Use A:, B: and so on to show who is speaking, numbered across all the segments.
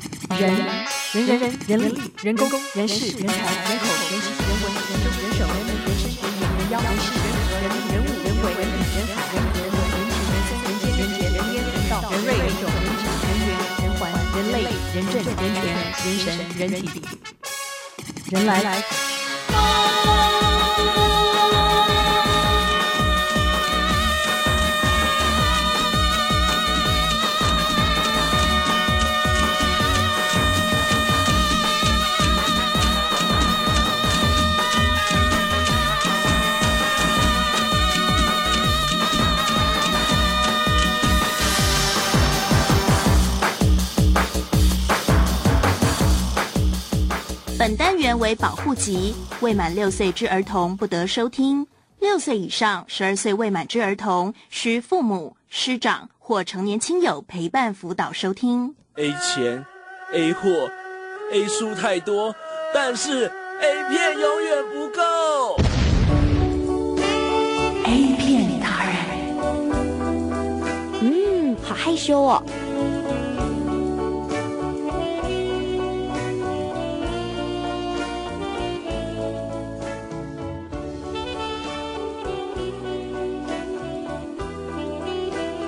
A: 人人人人人力人工人事人才人口人时人文人政人手人民人身人眼人腰人事人和人民人物人鬼人理人海人和人文人情人心人间人杰人烟人道人瑞人种人质人缘人环人类人政人权人神人体人来来。
B: 本单元为保护级，未满六岁之儿童不得收听；六岁以上、十二岁未满之儿童，需父母、师长或成年亲友陪伴辅导收听。
C: A 钱，A 货，A 书太多，但是 A 片永远不够。
B: A 片达人，
D: 嗯，好害羞哦。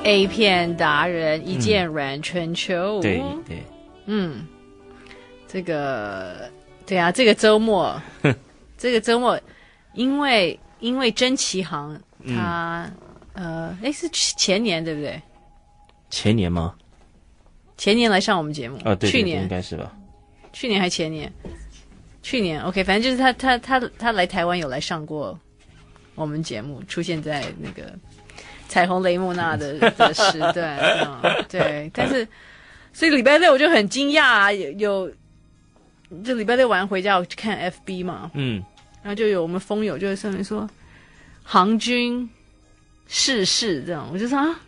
E: A 片达人一键软全球。
F: 对对，
E: 嗯，这个对啊，这个周末， 这个周末，因为因为真奇航
F: 嗯
E: 他、呃，哎是前年对不对？
F: 前年吗？
E: 前年来上我们节目
F: 啊，对，对
E: 去
F: 对
E: 年
F: 应该是吧？
E: 去年还前年，去年 OK，反正就是他他他他来台湾有来上过我们节目，出现在那个彩虹雷莫娜的的时段，嗯，对，但是所以礼拜六我就很惊讶啊，有有就礼拜六晚上回家我去看 FB 嘛，
F: 嗯，
E: 然后就有我们风友就在上面说航军逝世这样，我就说啊。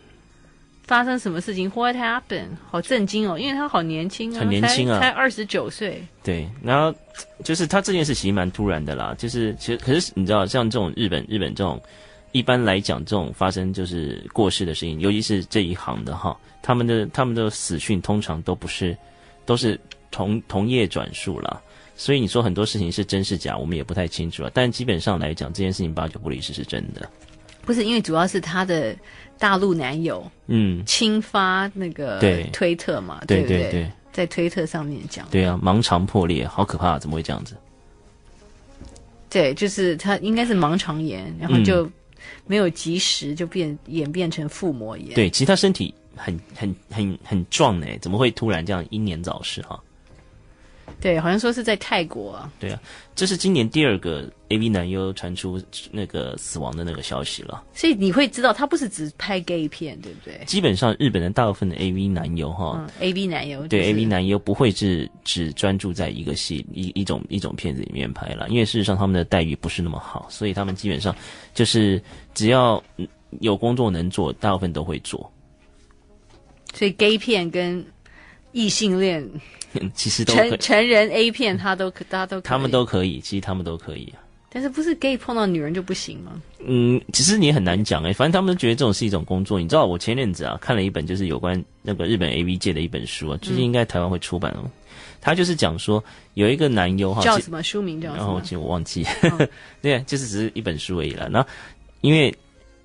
E: 发生什么事情？What happened？好震惊哦，因为他好年轻啊，
F: 很年轻啊
E: 才才二十九岁。
F: 对。然后就是他这件事其实蛮突然的啦，就是其实可是你知道，像这种日本日本这种，一般来讲这种发生就是过世的事情，尤其是这一行的哈，他们的他们的死讯通常都不是都是同同业转述啦。所以你说很多事情是真是假，我们也不太清楚了。啊但基本上来讲，这件事情八九不离十是真的。
E: 不是因为主要是她的大陆男友
F: 嗯，
E: 轻发那个
F: 对
E: 推特嘛，
F: 对
E: 不
F: 对
E: 对
F: 对
E: 在推特上面讲，
F: 对啊，盲肠破裂，好可怕，怎么会这样子？
E: 对，就是他应该是盲肠炎，然后
F: 嗯
E: 就没有及时就变演变成腹膜炎。
F: 对，其实他身体很很很很壮呢，怎么会突然这样英年早逝哈、
E: 对，好像说是在泰国啊，
F: 对啊，这是今年第二个 A V 男优传出那个死亡的那个消息了。
E: 所以你会知道他不是只拍 gay 片，对不对？
F: 基本上日本的大部分的 A V 男优哈、
E: 嗯，A V 男友
F: 哦对 A V
E: 男
F: 男优不会是只专注在一个戏一一种一种片子里面拍了，因为事实上他们的待遇不是那么好，所以他们基本上就是只要嗯有工作能做，大部分都会做。
E: 所以 gay 片跟异性恋
F: 其实都可
E: 成成人 A 片，他都可，他都可以
F: 他们，都可以，其实他们都可以啊。
E: 但是不是 gay 碰到女人就不行吗？
F: 嗯，其实你也很难讲哎、反正他们都觉得这种是一种工作。你知道，我前阵子啊看了一本就是有关那个日本 A V 界的一本书啊，
E: 嗯
F: 最近应该台湾会出版哦。他就是讲说有一个男优哈，
E: 叫
F: 哦其哦
E: 什么书名叫什
F: 然后
E: 么
F: 其？实我忘记，
E: 哦
F: 对，啊就是只是一本书而已了。然后因为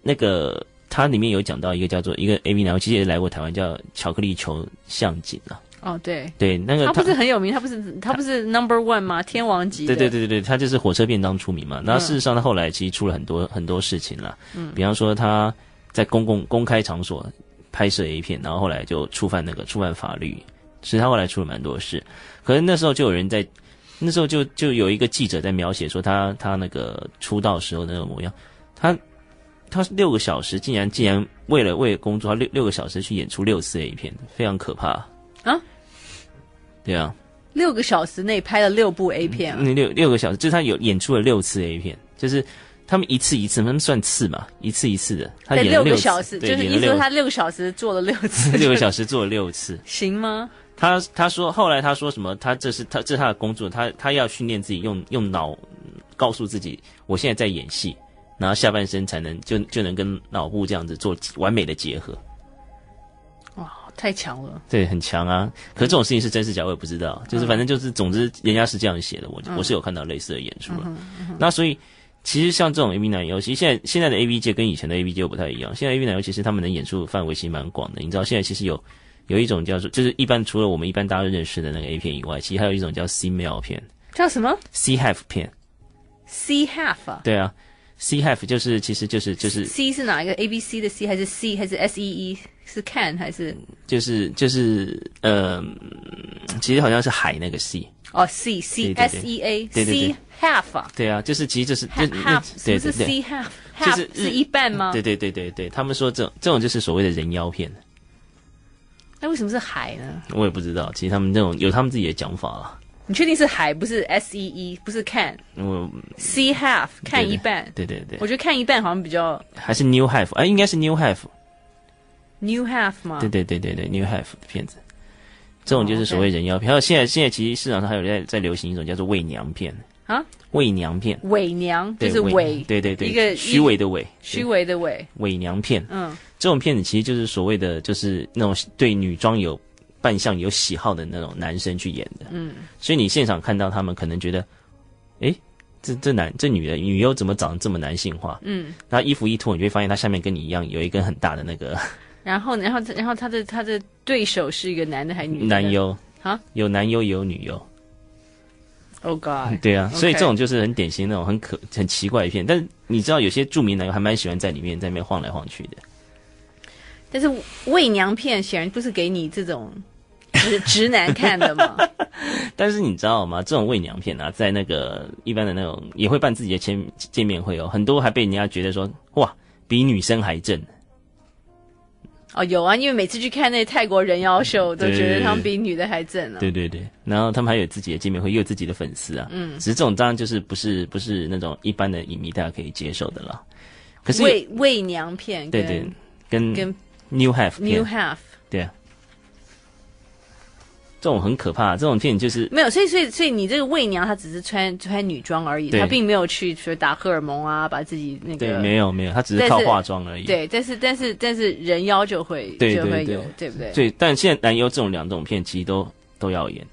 F: 那个它里面有讲到一个叫做一个 A V 男优，其实也来过台湾，叫巧克力球向井啊。
E: 哦，对，
F: 对，那 个
E: 他不是很有名，他不是他不是 number one 吗？天王级的，
F: 对对对对对，他就是火车便当出名嘛。那
E: 嗯
F: 事实上，他后来其实出了很多很多事情啦，嗯，比方说他在公共公开场所拍摄 A 片，然后后来就触犯那个触犯法律，所以他后来出了蛮多事。可是那时候就有人在，那时候就就有一个记者在描写说他他那个出道时候的那个模样，他他六个小时竟然竟然为了为了工作，他六六个小时去演出六次 A 片，非常可怕
E: 啊。
F: 对啊，
E: 六个小时内拍了六部 A 片啊，
F: 那六六个小时，就是他有演出了六次 A 片，就是他们一次一次，他们算次嘛，一次一次的，他
E: 在
F: 演了
E: 六
F: 六
E: 个
F: 次
E: 小时，就
F: 对
E: 是
F: 演
E: 意
F: 了
E: 思说
F: 六
E: 他六个小时做了六次，
F: 六个小时做了六次。
E: 行吗？
F: 他他说后来他说什么？他这是他这是他的工作，他他要训练自己用用脑嗯告诉自己，我现在在演戏，然后下半身才能就就能跟脑部这样子做完美的结合。
E: 哇，好太强了，
F: 对，很强啊。
E: 嗯
F: 可是这种事情是真是假，我也不知道。就是反正就是，总之人家是这样写的，我
E: 嗯
F: 我是有看到类似的演出了。那所以其实像这种 A V 男优，其实现在现在的 A V 界跟以前的 A V 界又不太一样。现在 A V 男优其实他们的演出范围其实蛮广的。你知道现在其实有有一种叫做，就是一般除了我们一般大家认识的那个 A 片以外，其实还有一种叫 C male 片、
E: 叫什么
F: C half 片。
E: C half 啊
F: 对啊，C half 就是其实就是就是
E: ？C 是哪一个？A B C 的 C 还是 C 还是 S E E？是看还是
F: 就是就是呃，其实好像是海那个 C。
E: 哦 C C
F: 对对
E: S E A
F: 对对对
E: C half 啊
F: 对啊，就是其实就是就那
E: half 什
F: 对
E: 么是
F: 对
E: C
F: 对。
E: half
F: 就是日
E: half 是一半吗？
F: 对对对对对，他们说这种这种就是所谓的人妖片，
E: 那为什么是海呢？
F: 我也不知道，其实他们这种有他们自己的讲法了。
E: 你确定是海不是 S E E 不是看
F: 我
E: C half 看一半？
F: 对对对
E: 我，觉得看一半好像比较
F: 还是 New Half，哎，应该是 New Half，
E: new half 嘛
F: 对。对对对对，New Half 的片子，这种就是所谓
E: 啊哦 OK
F: 人妖片。还有现在现在其实市场上还有在在流行一种叫做伪娘片
E: 啊，
F: 伪娘片，
E: 伪娘就
F: 对
E: 是伪，
F: 对对对，
E: 一个
F: 虚伪的伪，
E: 虚伪的伪，
F: 伪娘片。
E: 嗯，
F: 这种片子其实就是所谓的，就是那种对女装有扮相有喜好的那种男生去演的。嗯，所以你现场看到他们，可能觉得，诶，这这男这女的女优怎么长得这么男性化？嗯，那衣服一脱，你就会发现她下面跟你一样有一根很大的那个
E: 然后然后然后他的他的对手是一个男的还是女的？
F: 男。优
E: 啊，
F: 有男优也有女优，
E: Oh God！
F: 对啊，所以
E: OK
F: 这种就是很典型那种很可很奇怪的片。但是你知道有些著名男优还蛮喜欢在里面在那边晃来晃去的。
E: 但是伪娘片显然不是给你这种 直直男看的嘛。
F: 但是你知道吗？这种伪娘片啊，在那个一般的那种也会办自己的见见面会哦，很多还被人家觉得说哇，比女生还正。
E: 嗯哦，有啊，因为每次去看那泰国人妖秀，都觉得他们比女的还正啊。
F: 对对对，然后他们还有自己的见面会，也有自己的粉丝啊。嗯，只是这种当然就是不是不是那种一般的影迷大家可以接受的啦。可是
E: 伪伪娘片
F: 对
E: 跟
F: 对，跟
E: 跟
F: New Half 片
E: New Half
F: 对啊，这种很可怕，啊这种片就是
E: 没有，所以所以所以你这个伪娘她只是穿穿女装而已，
F: 对
E: 她并没有去说打荷尔蒙啊，把自己那
F: 对
E: 个
F: 没有没有，他只是
E: 但
F: 靠
E: 是
F: 化妆而已。
E: 对，但是但是但是人妖就会
F: 对
E: 就会
F: 对
E: 有，对不对？
F: 对，但现在男优这种两种片其实都都要演。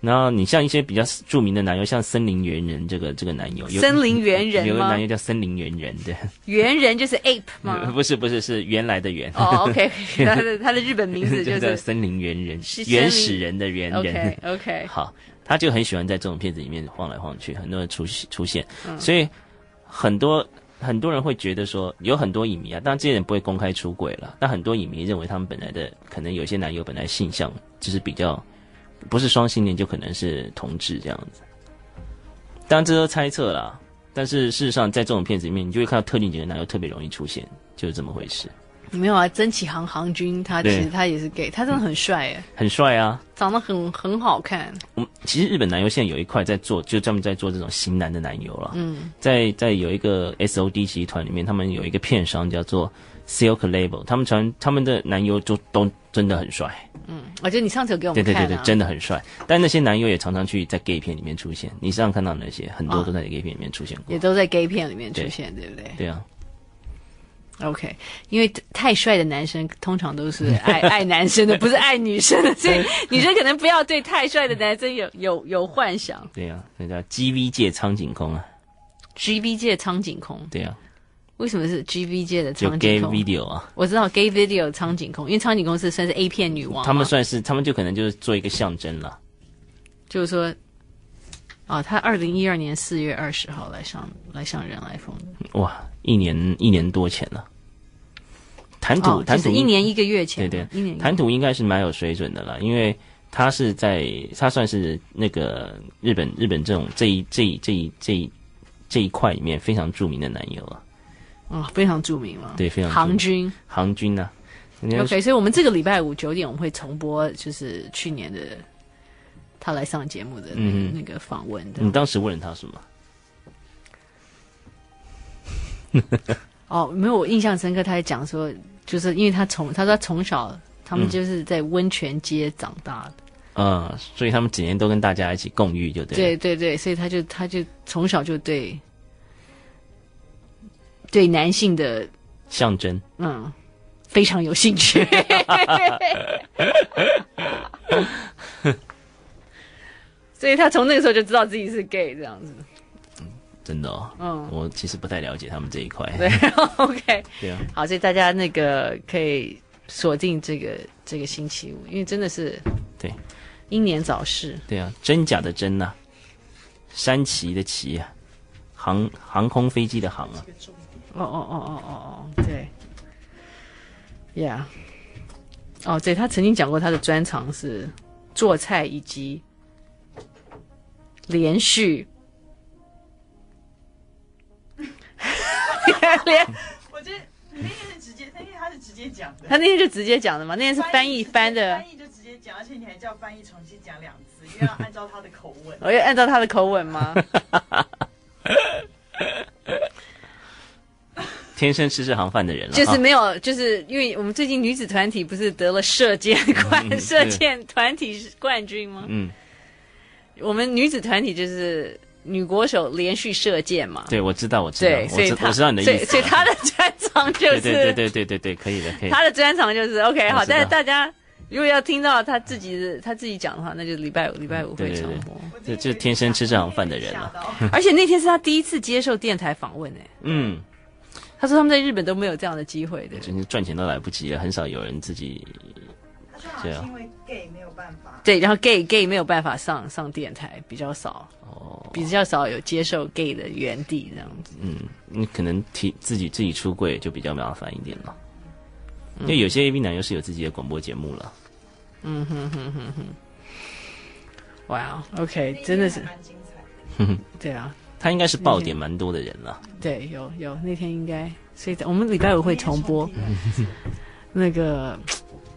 F: 然后你像一些比较著名的男优，像森林猿人这个这个男优，有
E: 森林猿人
F: 有个
E: 吗
F: 男优叫森林猿人，对，
E: 猿人就是 ape 吗？
F: 不是不是是原来的原，
E: 哦，OK，他 的他的日本名字
F: 就
E: 就
F: 叫
E: 是
F: 森林猿人
E: 是，森林
F: 原始人的猿
E: OK
F: 人。
E: OK，
F: 好，他就很喜欢在这种片子里面晃来晃去，很多人出出现，所以很多很多人会觉得说，有很多影迷啊，当然这些人不会公开出轨了，但很多影迷认为他们本来的可能有些男友本来性向就是比较不是双性恋，就可能是同志这样子。当然这都猜测啦，但是事实上在这种片子里面，你就会看到特定几个男友特别容易出现，就是这么回事，
E: 没有啊，曾启航航军他其
F: 对
E: 实他也是 gay，他真的很帅哎，
F: 很帅啊。
E: 长得很很好看。
F: 我们其实日本男优现在有一块在做，就专门在做这种型男的男优了。嗯，在在有一个 S O D 集团里面，他们有一个片商叫做 Silk Label，他们传他们的男优就都真的很帅，
E: 我觉得你上次有给我
F: 对
E: 们
F: 对
E: 看
F: 对
E: 啊，
F: 对，真的很帅。但那些男优也常常去在 gay 片里面出现，你上看到那些很多
E: 哦
F: 都在 gay 片里面出现过。
E: 也都在 gay 片里面出
F: 对
E: 现，对不对
F: 对啊，
E: ？OK，因为太帅的男生通常都 是爱爱男生的，不是爱女生的，所以女生可能不要对太帅的男生有有有幻想。
F: 对啊，那叫 G V 界苍井空啊，
E: G V 界苍井空，
F: 对啊，
E: 为什么是 G V 界的
F: 就
E: 苍
F: gay
E: 井空？
F: video 啊，
E: 我知道 gay video 苍井空，因为苍井空是算是 A 片女王嘛，
F: 他们算是他们就可能就是做一个象征了。
E: 就是说，哦，他二零一二年四月二十号来上来上人来疯的，
F: 哇，一年一年多前了。谈吐，
E: 哦，就
F: 谈吐
E: 是一年一个月前
F: 对
E: 嘛，
F: 对，
E: 一年一个
F: 谈吐应该是蛮有水准的了，因为他是在他算是那个日本日本这种这一这一这一这一这一块里面非常著名的男友啊，
E: 哦，非常著名嘛，
F: 对非常著名
E: 行军。
F: 行军啊。人家
E: OK，所以我们这个礼拜五九点我们会重播，就是去年的他来上节目的那个、
F: 嗯
E: 那个访问的。
F: 你当时问了他什么？
E: 哦，没有，我印象深刻，他还讲说，就是因为他从他说他从小他们就是在温泉街长大的，
F: 嗯，所以他们几年都跟大家一起共浴，就对了。
E: 对对对，所以他就他就从小就对对男性的
F: 象征
E: 嗯非常有兴趣。所以他从那个时候就知道自己是 gay 这样子。
F: 真的哦，
E: 嗯
F: 我其实不太了解他们这一块，
E: 对，OK，
F: 对啊，
E: 好，所以大家那个可以锁定这个这个星期五，因为真的是
F: 对
E: 英年早逝。
F: 对啊，真假的真呐、山崎的崎啊，航航空飞机的航啊，
E: 哦哦哦哦哦哦，对，Yeah，哦，对他曾经讲过他的专长是做菜以及连续。 连
D: 我觉得你那天是直接，那天他是直接讲的。
E: 他那天就直接讲的嘛，那天是 翻译翻的。
D: 翻，译就直接讲，而且你还叫翻译重新讲两次，因为要按照他的口吻
E: 我要按照他的口吻吗？
F: 天生吃这行饭的人了、啊，
E: 就是没有，就是因为我们最近女子团体不是得了射箭冠、
F: 嗯
E: 射箭团体冠军吗？
F: 嗯，
E: 我们女子团体就是女国手连续射箭嘛。
F: 对我知道，我知道，
E: 啊对，所
F: 啊我
E: 以
F: 知
E: 她
F: 我知道你的意
E: 所以，
F: 思了
E: 所以她的专长就是
F: 对对对对对对对，可以的，可以的
E: 她，的专长就是 OK 好
F: 我，知道
E: 但是大家如果要听到她自己的她自己讲的话，那就礼拜五礼拜五
F: 对
E: 会
F: 对
E: 重
F: 对
E: 播。
F: 这这天生吃这行饭的人啊，
D: 啊。
E: 而且那天是她第一次接受电台访问诶、欸
F: 嗯，
E: 她说他们在日本都没有这样的机会的。
F: 真是赚钱都来不及了，很少有人自己
D: 他 说
F: 啊
D: 好像是因为 gay 没有办法。
E: 对，然后 gay gay 没有办法上上电台，比较少，
F: 哦，
E: 比较少有接受 gay 的原地这样子。
F: 嗯，你可能提自己自己出柜就比较麻烦一点了，
E: 嗯
F: 因为有些 A B 男优是有自己的广播节目了，
E: 哇、
D: 那
E: wow,，OK，
D: 天
E: 真的是
D: 还蛮精彩的。
E: 对啊，
F: 他应该是爆点蛮多的人了，
E: 对，有有那天应该，所以我们礼拜五会重播
D: 那天重听了
E: 那个，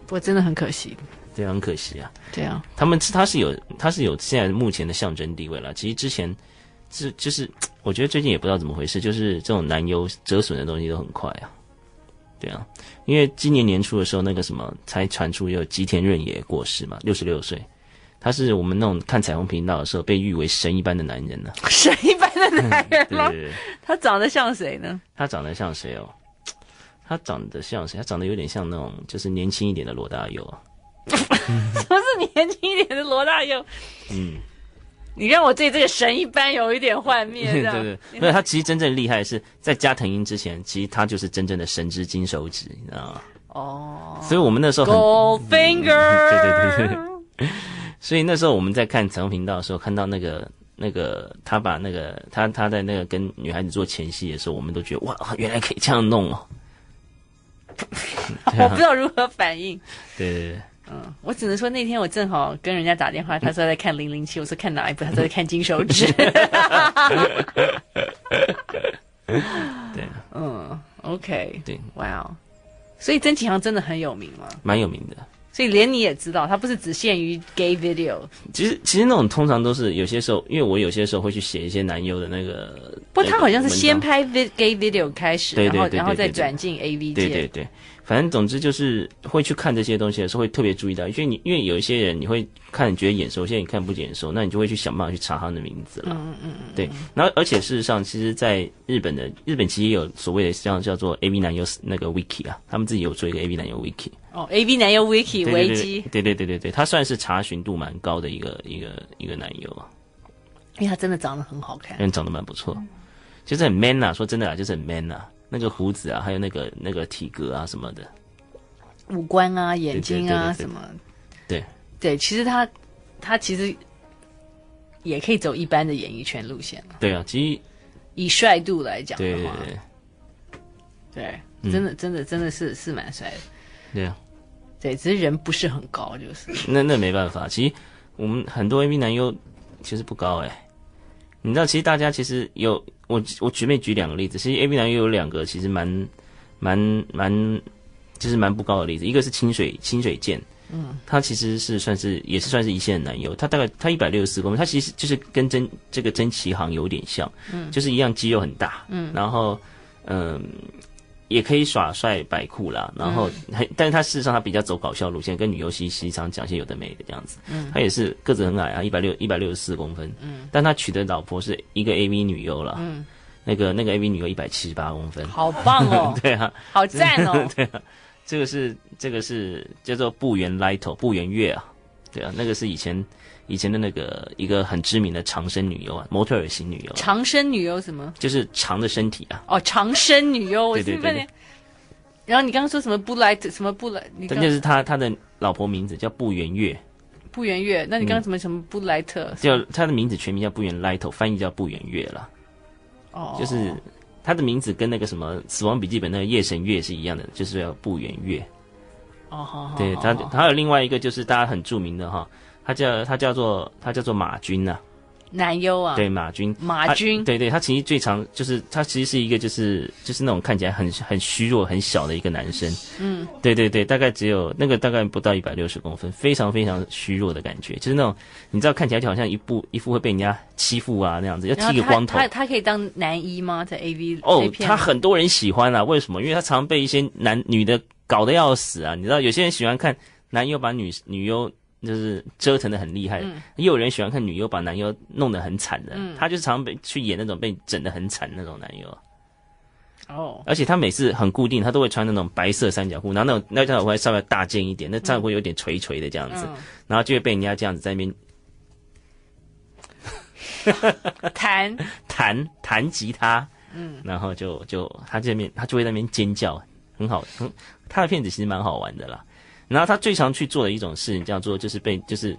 E: 不过真的很可惜。
F: 对啊，很可惜啊。
E: 对 啊，
F: 他们他是有他是有现在目前的象征地位了。其实之前是就是我觉得最近也不知道怎么回事，就是这种男优折损的东西都很快啊。对啊，因为今年年初的时候，那个什么才传出有吉田润也过世嘛，六十六岁。他是我们那种看彩虹频道的时候被誉为神一般的男人呢、
E: 神一般的男人
F: 对
E: 吗？
F: 对对，
E: 他长得像谁呢？
F: 他长得像谁哦？他长得像谁？他长得有点像那种就是年轻一点的罗大佑啊。
E: 不是年轻一点的罗大佑。
F: 嗯，
E: 你让我对这个神一般有一点幻灭，这
F: 对
E: 样
F: 对对，没有他其实真正厉害的是在加藤鹰之前，其实他就是真正的神之金手指，你知道吗？
E: 哦
F: 所以我们那时候很，
E: ，Gold Finger，
F: 对对对所以那时候我们在看彩虹频道的时候，看到那个那个他把那个他他在那个跟女孩子做前戏的时候，我们都觉得哇，原来可以这样弄哦。
E: 我不知道如何反应。
F: 对对对，
E: 嗯，我只能说那天我正好跟人家打电话，他说在看《零零七》，我说看哪一部，他说在看《金手 指》
F: 对。
E: 嗯，OK，
F: 对，
E: 哇哦，所以曾启航真的很有名嘛，
F: 蛮有名的。
E: 所以连你也知道，他不是只限于 gay video，
F: 其实其实那种通常都是有些时候，因为我有些时候会去写一些男优的那个，
E: 不过他好像是先
F: 那个文章
E: 拍 vi- gay video 开始，
F: 对
E: 然后
F: 对对
E: 然后
F: 对
E: 再
F: 对对
E: 转进 AV 界，
F: 对对对，反正总之就是会去看这些东西的时候，会特别注意到，因为你因为有一些人你会看觉得眼熟，现在你看不眼熟，那你就会去想办法去查他的名字了。嗯嗯嗯。对，然后而且事实上，其实，在日本的日本其实也有所谓的像叫做 A B 男优那个 wiki 啊，他们自己有做一个 A B 男优 wiki，
E: 哦，AV 男优 Wiki
F: 对
E: 危
F: 对
E: 机，
F: 对对对对对，他算是查询度蛮高的一个一个一个男优啊，
E: 因为他真的长得很好看，
F: 人长得蛮不错，就是很 man 啊，说真的啊，就是很 man 啊，那个胡子啊，还有那个那个体格啊什么的，
E: 五官啊、眼睛啊
F: 对对对对对
E: 什么，
F: 对
E: 对，其实他他其实也可以走一般的演艺圈路线了，
F: 对啊，其实
E: 以帅度来讲
F: 对
E: 的
F: 对
E: 话，
F: 对
E: 对
F: 嗯
E: 真的真的真的是是蛮帅的，
F: 对啊。
E: 对，只是人不是很高，就是
F: 那那没办法，其实我们很多 A B 男优其实不高哎、你知道，其实大家其实有我我举没举两个例子，其实 A B 男优有两个其实蛮蛮蛮就是蛮不高的例子，一个是清水清水健，嗯，他其实是算是也是算是一线的男优，他大概他一百六十四公分，他其实就是跟真这个真崎航有点像，嗯，就是一样肌肉很大，嗯，然后嗯。也可以耍帅摆酷啦，然后还，但是他事实上他比较走搞笑路线，跟女游戏时常讲些有的没的这样子。嗯，他也是个子很矮啊，一百六一百六十四公分。嗯，但他娶的老婆是一个 AV 女优啦。嗯， 那个那个 AV 女优一百七十八公分。
E: 好棒哦
F: ，对啊，
E: 好赞哦，
F: 这个是这个是叫做不圆 Light 不圆月啊，对啊，那个是以前以前的那个一个很知名的长身女优啊，模特儿型女优啊，
E: 长生女优什么？
F: 就是长的身体啊，
E: 哦，长生女优，我
F: 对对
E: 是不是
F: 对对
E: 然后你刚刚说什么不来什么不来？你
F: 但
E: 刚
F: 就是他他的老婆名字叫不圆月，
E: 不圆月，那你
F: 嗯
E: 刚刚什么什么布莱特？
F: 叫他的名字全名叫不圆 Light，翻译叫不圆月啦，
E: 哦，
F: 就是他的名字跟那个什么《死亡笔记本》那个夜神月是一样的，就是要不圆月。
E: 哦，好好，
F: 对
E: 好
F: 他，
E: 好
F: 还有另外一个就是大家很著名的哈，他叫他叫做他叫做马军呐、
E: 男优啊，
F: 对马军，
E: 马
F: 他
E: 军
F: 对对，他其实最常就是他其实是一个就是就是那种看起来很很虚弱很小的一个男生，嗯，对对对，大概只有那个大概不到一百六十公分，非常非常虚弱的感觉，就是那种你知道看起来就好像一部一副会被人家欺负啊那样子，要
E: 然后
F: 剃个
E: 他
F: 光头
E: 他。他可以当男一吗？在 A V
F: 哦，他很多人喜欢啊，为什么？因为他常被一些男女的搞得要死啊。你知道，有些人喜欢看男优把女女优就是折腾的很厉害，也有人喜欢看女优把男优弄得很惨的。他就是常被去演那种被整得很惨那种男优啊，
E: 哦，
F: 而且他每次很固定，他都会穿那种白色三角裤，然后那种那条会稍微大件一点，那战裤有点垂垂的这样子，
E: 嗯
F: 然后就会被人家这样子在那边
E: 弹
F: 弹弹吉他，嗯，然后就就他这边他就会在那边尖叫，很好，很他的片子其实蛮好玩的啦。然后他最常去做的一种事情叫做就是被就是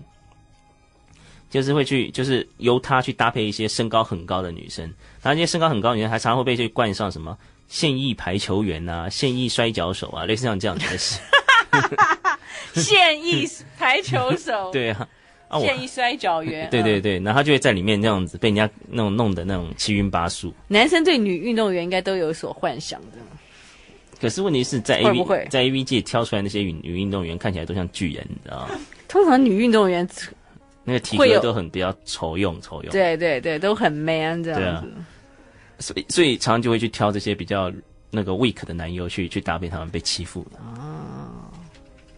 F: 就是会去就是由他去搭配一些身高很高的女生，然后那些身高很高的女生还常常会被去冠上什么现役排球员啊、现役摔跤手啊，类似像这样子 的事。
E: 现役排球手，
F: 对啊，啊我。
E: 现役摔跤员，
F: 对对
E: 嗯，
F: 对，然后他就会在里面那样子被人家那种弄的那种七晕八素。
E: 男生对女运动员应该都有所幻想的，
F: 可是问题是在 A
E: 会
F: V
E: 不会
F: 在 A V 界挑出来那些女女运动员看起来都像巨人，你知 道吗？
E: 通常女运动员，
F: 那个体
E: 会有
F: 格都很比较丑用丑用，啊
E: 对啊对对，都很 man 这样子，
F: 所以所以常常就会去挑这些比较那个 weak 的男优去去搭配他们被欺负的，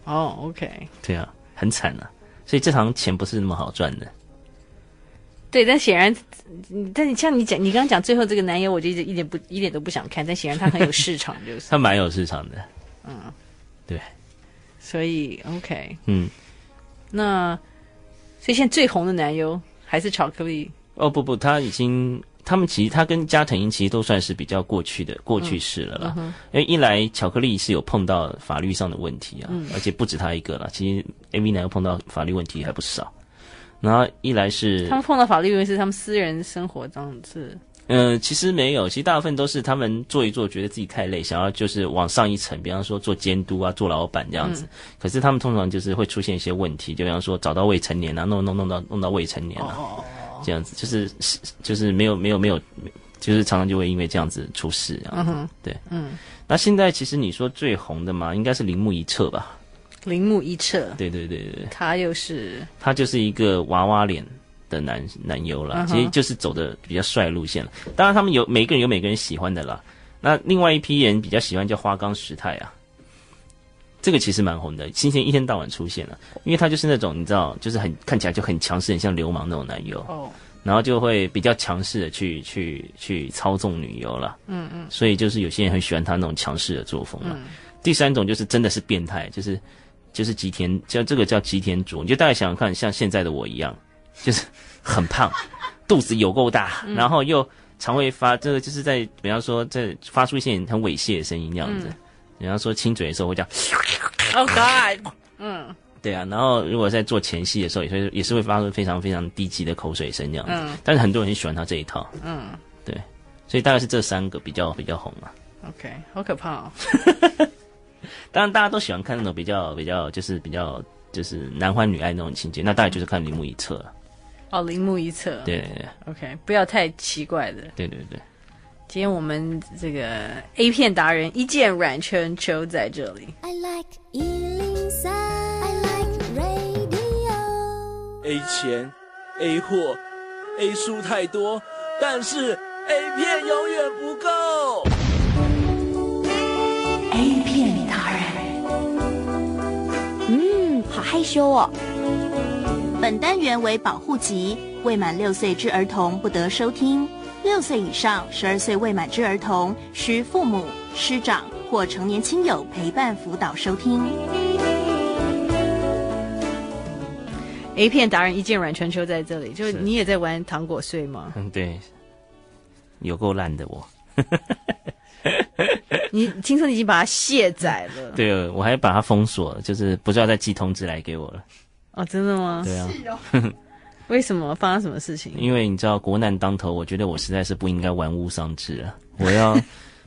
E: 哦，OK，
F: 对啊，很惨啊。所以这行钱不是那么好赚的，
E: 对，但显然，嗯但你像你讲，你刚刚讲最后这个男友，我就一直一点不一点都不想看，但显然他很有市场，就是，
F: 他蛮有市场的，
E: 所以 OK，
F: 嗯。
E: 那所以现在最红的男优还是巧克力，
F: 哦不不，他已经，他们其实他跟加藤鹰其实都算是比较过去的过去式了啦。因为一来巧克力是有碰到法律上的问题啊，而且不止他一个啦，其实 AV 男又碰到法律问题还不少。然后一来是
E: 他，们碰到法律问题是他们私人生活当中是
F: 嗯、其实没有，其实大部分都是他们做一做，觉得自己太累，想要就是往上一层，比方说做监督啊，做老板这样子。可是他们通常就是会出现一些问题，就比方说找到未成年啊，弄弄弄到弄到未成年啊，这样子就是是就是没有没有没有，就是常常就会因为这样子出事这样子。对，嗯。那现在其实你说最红的嘛，应该是铃木一彻吧？
E: 铃木一彻，
F: 对对对对对，
E: 他又是
F: 他就是一个娃娃脸的男男优啦，其实就是走的比较帅路线了。当然，他们有每个人有每个人喜欢的啦。那另外一批人比较喜欢叫花冈石太啊，这个其实蛮红的，今天一天到晚出现了，因为他就是那种你知道，就是很看起来就很强势，很像流氓那种男优。
E: 哦，
F: 然后就会比较强势的去去去操纵女优了。嗯嗯，所以就是有些人很喜欢他那种强势的作风了。第三种就是真的是变态，就是就是吉田叫这个叫吉田卓，你就大概想想看，像现在的我一样，就是很胖， 肚子有够大，然后又常会发这个就是在比方说在发出一些很猥亵的声音那样子，比方说亲嘴的时候会这样。
E: Oh God！嗯
F: 对啊，然后如果在做前戏的时候，也是也是会发出非常非常低级的口水声这样子。但是很多人很喜欢他这一套。嗯，对，所以大概是这三个比较比较红啊。
E: OK，好可怕哦！
F: 当然，大家都喜欢看那种比较比较就是比较就是男欢女爱那种情节，那大概就是看铃木一侧了。
E: 哦，铃木一侧，
F: 对对对
E: ，OK，不要太奇怪的。
F: 对对对，
E: 今天我们这个 A 片达人一键软圈就在这里。
G: I like Ealing Sound. I like radio.
C: A 钱、A 货、A 书太多，但是 A 片永远不够。
B: A 片达人。
G: 嗯，好害羞哦。
B: 本单元为保护级，未满六岁之儿童不得收听。六岁以上、十二岁未满之儿童，需父母、师长或成年亲友陪伴辅导收听。
E: A 片达人一键软全球在这里，就是你也在玩糖果碎吗？
F: 嗯，对，有够烂的我。
E: 你听说你已经把它卸载了？
F: 对，我还把它封锁了，就是不知道再寄通知来给我了。
E: 哦，真的吗？
F: 对啊，
E: 为什么发生什么事情？
F: 因为你知道国难当头，我觉得我实在是不应该玩物丧志啊！我要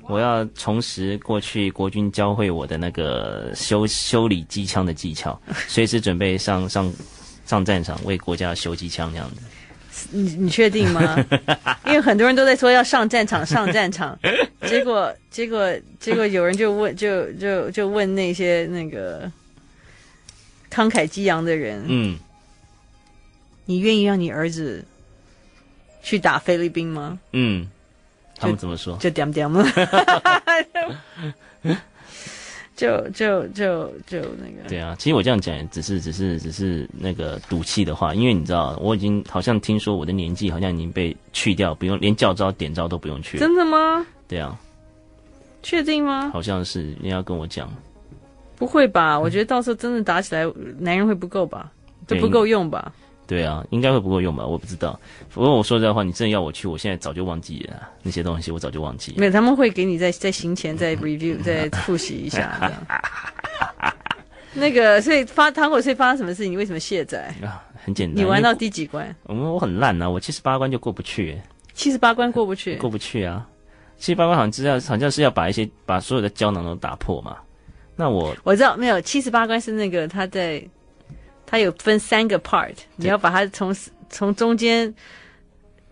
F: 我要重拾过去国军教会我的那个修修理机枪的技巧，随时准备上上上战场为国家修机枪这样子。
E: 你你确定吗？ 因为很多人都在说要上战场，上战场，结果结果结果有人就问，就就就问那些那个慷慨激昂的人，
F: 嗯，
E: 你愿意让你儿子去打菲律宾吗？
F: 嗯，他们怎么说？
E: 就点点了， 就就就就那个，
F: 对啊，其实我这样讲也只是只是只是那个赌气的话，因为你知道，我已经好像听说我的年纪好像已经被去掉，不用连教招点招都不用去了。
E: 真的吗？
F: 对啊，
E: 确定吗？
F: 好像是人家要跟我讲，
E: 不会吧？我觉得到时候真的打起来，男人会不够吧？都
F: 对
E: 不够用吧？
F: 对啊，应该会不够用吧？我不知道。不过我说实在话，你真的要我去，我现在早就忘记了啊那些东西，我早就忘记了。
E: 没有，他们会给你在在行前再 review 再复习一 下。这样那个，所以发糖果碎发生什么事情？你为什么卸载？
F: 啊，很简单。
E: 你玩
F: 因为
E: 到第几关？
F: 我们我很烂啊，我七十八关就过不去，
E: 七十八关过不去
F: 过，不去啊。七十八关好像知道，好像是要把一些把所有的胶囊都打破嘛。那我
E: 我知道没有。七十八关是那个他在，他有分三个 part，你要把它从从中间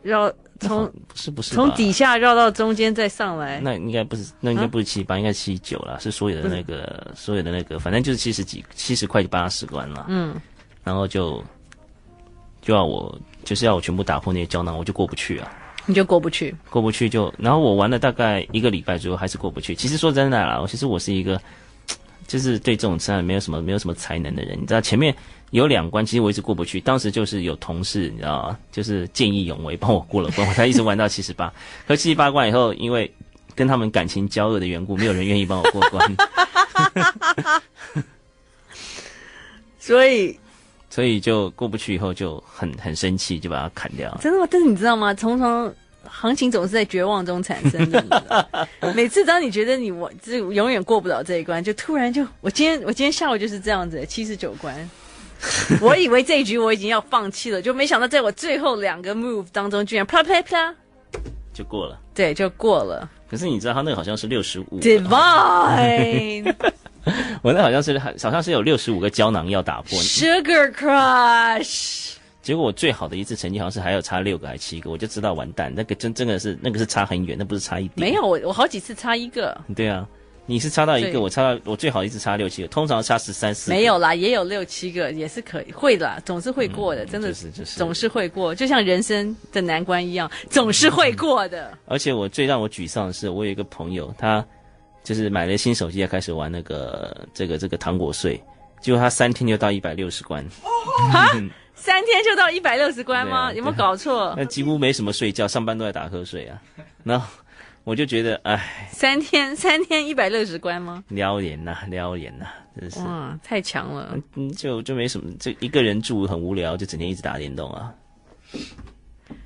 E: 绕从
F: 不是不是吧
E: 从底下绕到中间再上来。
F: 那应该不是，那应该不是七
E: 啊
F: 八、应该七九啦，是所有的那个，所有的那个，反正就是七十几、七十块八十关啦。
E: 嗯，
F: 然后就就要我，就是要我全部打破那些胶囊，我就过不去啊，
E: 你就过不去。
F: 过不去就，然后我玩了大概一个礼拜左右，还是过不去。其实说真的啦，我其实我是一个，就是对这种事没有什么没有什么才能的人，你知道前面。有两关，其实我一直过不去。当时就是有同事，你知道吗？就是见义勇为帮我过了关，我才一直玩到七十八。 可七十八关以后，因为跟他们感情交恶的缘故，没有人愿意帮我过关，
E: 所以
F: 所以就过不去。以后就很很生气，就把它砍掉。
E: 真的吗？但是你知道吗？常常行情总是在绝望中产生的你知道 吗。每次当你觉得你我这永远过不了这一关，就突然就我今天我今天下午就是这样子，七十九关。 我以为这一局我已经要放弃了，就没想到在我最后两个 move 当中，居然啪啪啪，
F: 就过了。
E: 对，就过了。
F: 可是你知道他那个好像是六十五，
E: Divine
F: 我那好像是好像是有六十五个胶囊要打破，
E: Sugar Crush，
F: 结果我最好的一次成绩好像是还有差六个还七个，我就知道完蛋，那个真真的是那个是差很远，那不是差一点。
E: 没有我我好几次差一个，
F: 对啊，你是差到一
E: 对
F: 个，我差到我最好一直差六七个，通常差十三四。
E: 没有啦，也有六七个，也是可以会的啦，总是会过的，真的
F: 嗯就是就是
E: 总是会过，就像人生的难关一样，总是会过的。
F: 而且我最让我沮丧的是，我有一个朋友，他就是买了新手机，要开始玩那个这个这个糖果碎，结果他三天就到一百六 十关，
E: 三天就到一百六十关吗？
F: 对啊
E: 有没有搞错？
F: 那几乎没什么睡觉，上班都在打瞌睡啊。然后我就觉得，哎，
E: 三天 三天一百六十关吗？
F: 撩人呐、撩人呐、真是。
E: 哇，太强了！
F: 嗯，就就没什么，就一个人住很无聊，就整天一直打电动啊。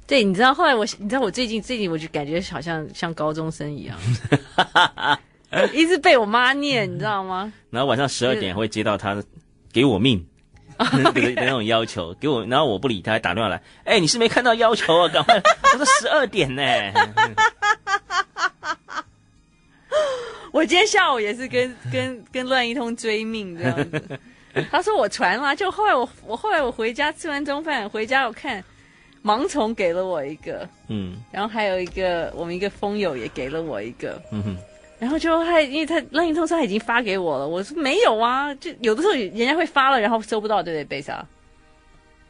E: 对，你知道后来我，你知道我最近最近我就感觉好像像高中生一 样，一直被我妈念，你知道吗？
F: 然后晚上十二点会接到他给 我命
E: 哦
F: 的的那种要求，给我，然后我不理他，还打电话来，哎、你是没看到要求啊？赶快，我说十二点呢、
E: 我今天下午也是跟跟跟乱一通追命这样 子。他说我传了，就后来我我后来我回家吃完中饭回家我看，盲从给了我一个，
F: 嗯
E: 然后还有一个我们一个风友也给了我一个，
F: 嗯哼，
E: 然后就还因为他乱一通说他已经发给我了，我说没有啊，就有的时候人家会发了然后收不到，对不对？贝莎，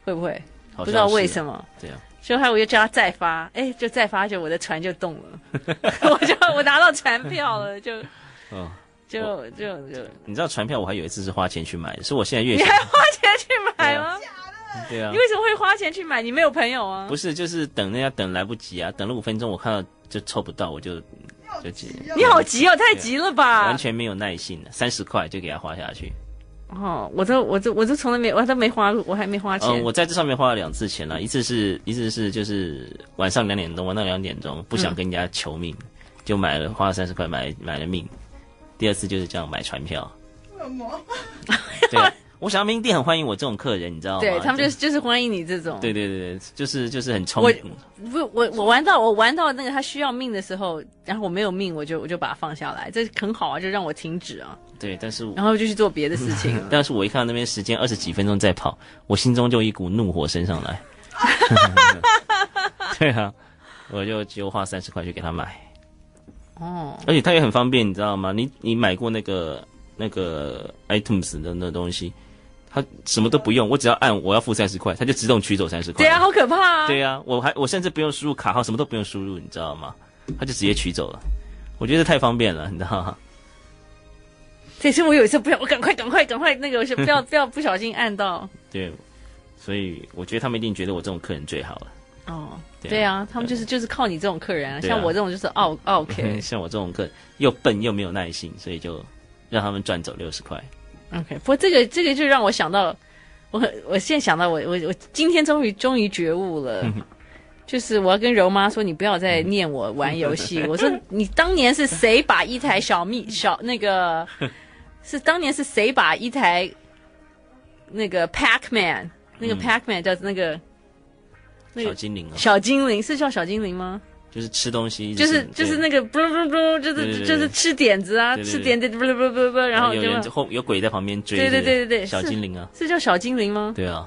E: 会不会
F: 好像
E: 不知道
F: 是
E: 为什。么？
F: 对啊，
E: 就害我就叫他再发，哎，就再发，就我的船就动了， 我就我拿到船票了，就
F: 哦，啊
E: 就就就，
F: 你知道船票我还有一次是花钱去买的，是我现在越
E: 你
F: 想
E: 还，花钱去买吗？
F: 对啊
E: 你，为什么会花钱去买？你没有朋友啊？
F: 不是就是等那要等来不及啊，等了五分钟我看到就抽不到，我就
D: 好
F: 就急
D: 急哦
E: 你好急哦，太急了吧？
F: 完全没有耐性了，三十块就给他花下去。
E: 哦，我都我都我都从来没我都没花过，我还没花钱。
F: 嗯，我在这上面花了两次钱了，一次是一次是就是晚上两点钟玩到两点钟，不
E: 嗯
F: 想跟人家求命，就买了花了三十块买买了命。第二次就是这样买船票，
D: 为什么？
F: 对，啊 我想要明店很欢迎我这种客人，你知道吗？
E: 对他们就是就是欢迎你这种。
F: 对对对对，就是就是很冲
E: 我不，我我玩到我玩到那个他需要命的时候，然后我没有命，我就我就把它放下来，这很好啊，就让我停止啊，
F: 对，但是我
E: 然后就去做别的事情 了。
F: 但是我一看到那边时间二十几分钟在跑，我心中就一股怒火升上来。 对啊，我就只有花三十块去给他买，
E: 哦，
F: 而且它也很方便，你知道吗？你你买过那个那个 iTunes 的那东西，它什么都不用，我只要按我要付三十块，它就自动取走三十块。
E: 对啊，好可怕啊！
F: 对啊，我还我甚至不用输入卡号，什么都不用输入，你知道吗？它就直接取走了，我觉得太方便了，你知道吗？
E: 这次我有一次不要，我赶快赶快赶快那个，我是不要不要不小心按到。
F: 对，所以我觉得他们一定觉得我这种客人最好了。
E: 哦，
F: 对啊
E: 对啊，他们就是就是靠你这种客人啊，
F: 对啊
E: 像我这种就是哦傲傲 K。
F: 像我这种个又笨又没有耐心，所以就让他们赚走六十块。
E: OK，不过这个这个就让我想到，我很我现在想到我我我今天终于终于觉悟 了，就是我要跟柔妈说，你不要再念我玩游 戏。我说你当年是谁把一台小蜜小那个是当年是谁把一台那个 Pac-Man 那个
F: 嗯
E: Pac-Man 叫那个那个
F: 小精灵哦，
E: 小精灵是叫小精灵吗？
F: 就是吃东西，
E: 就是就是那个不不不，就
F: 对对
E: 是
F: 对
E: 就是吃点子啊，
F: 对对对
E: 吃点子不不不不不，然后
F: 有
E: 就
F: 人后有鬼在旁边追，
E: 对对
F: 是不是
E: 对对对
F: 小
E: 是
F: 精灵啊，
E: 是叫小精灵 吗？
F: 对啊，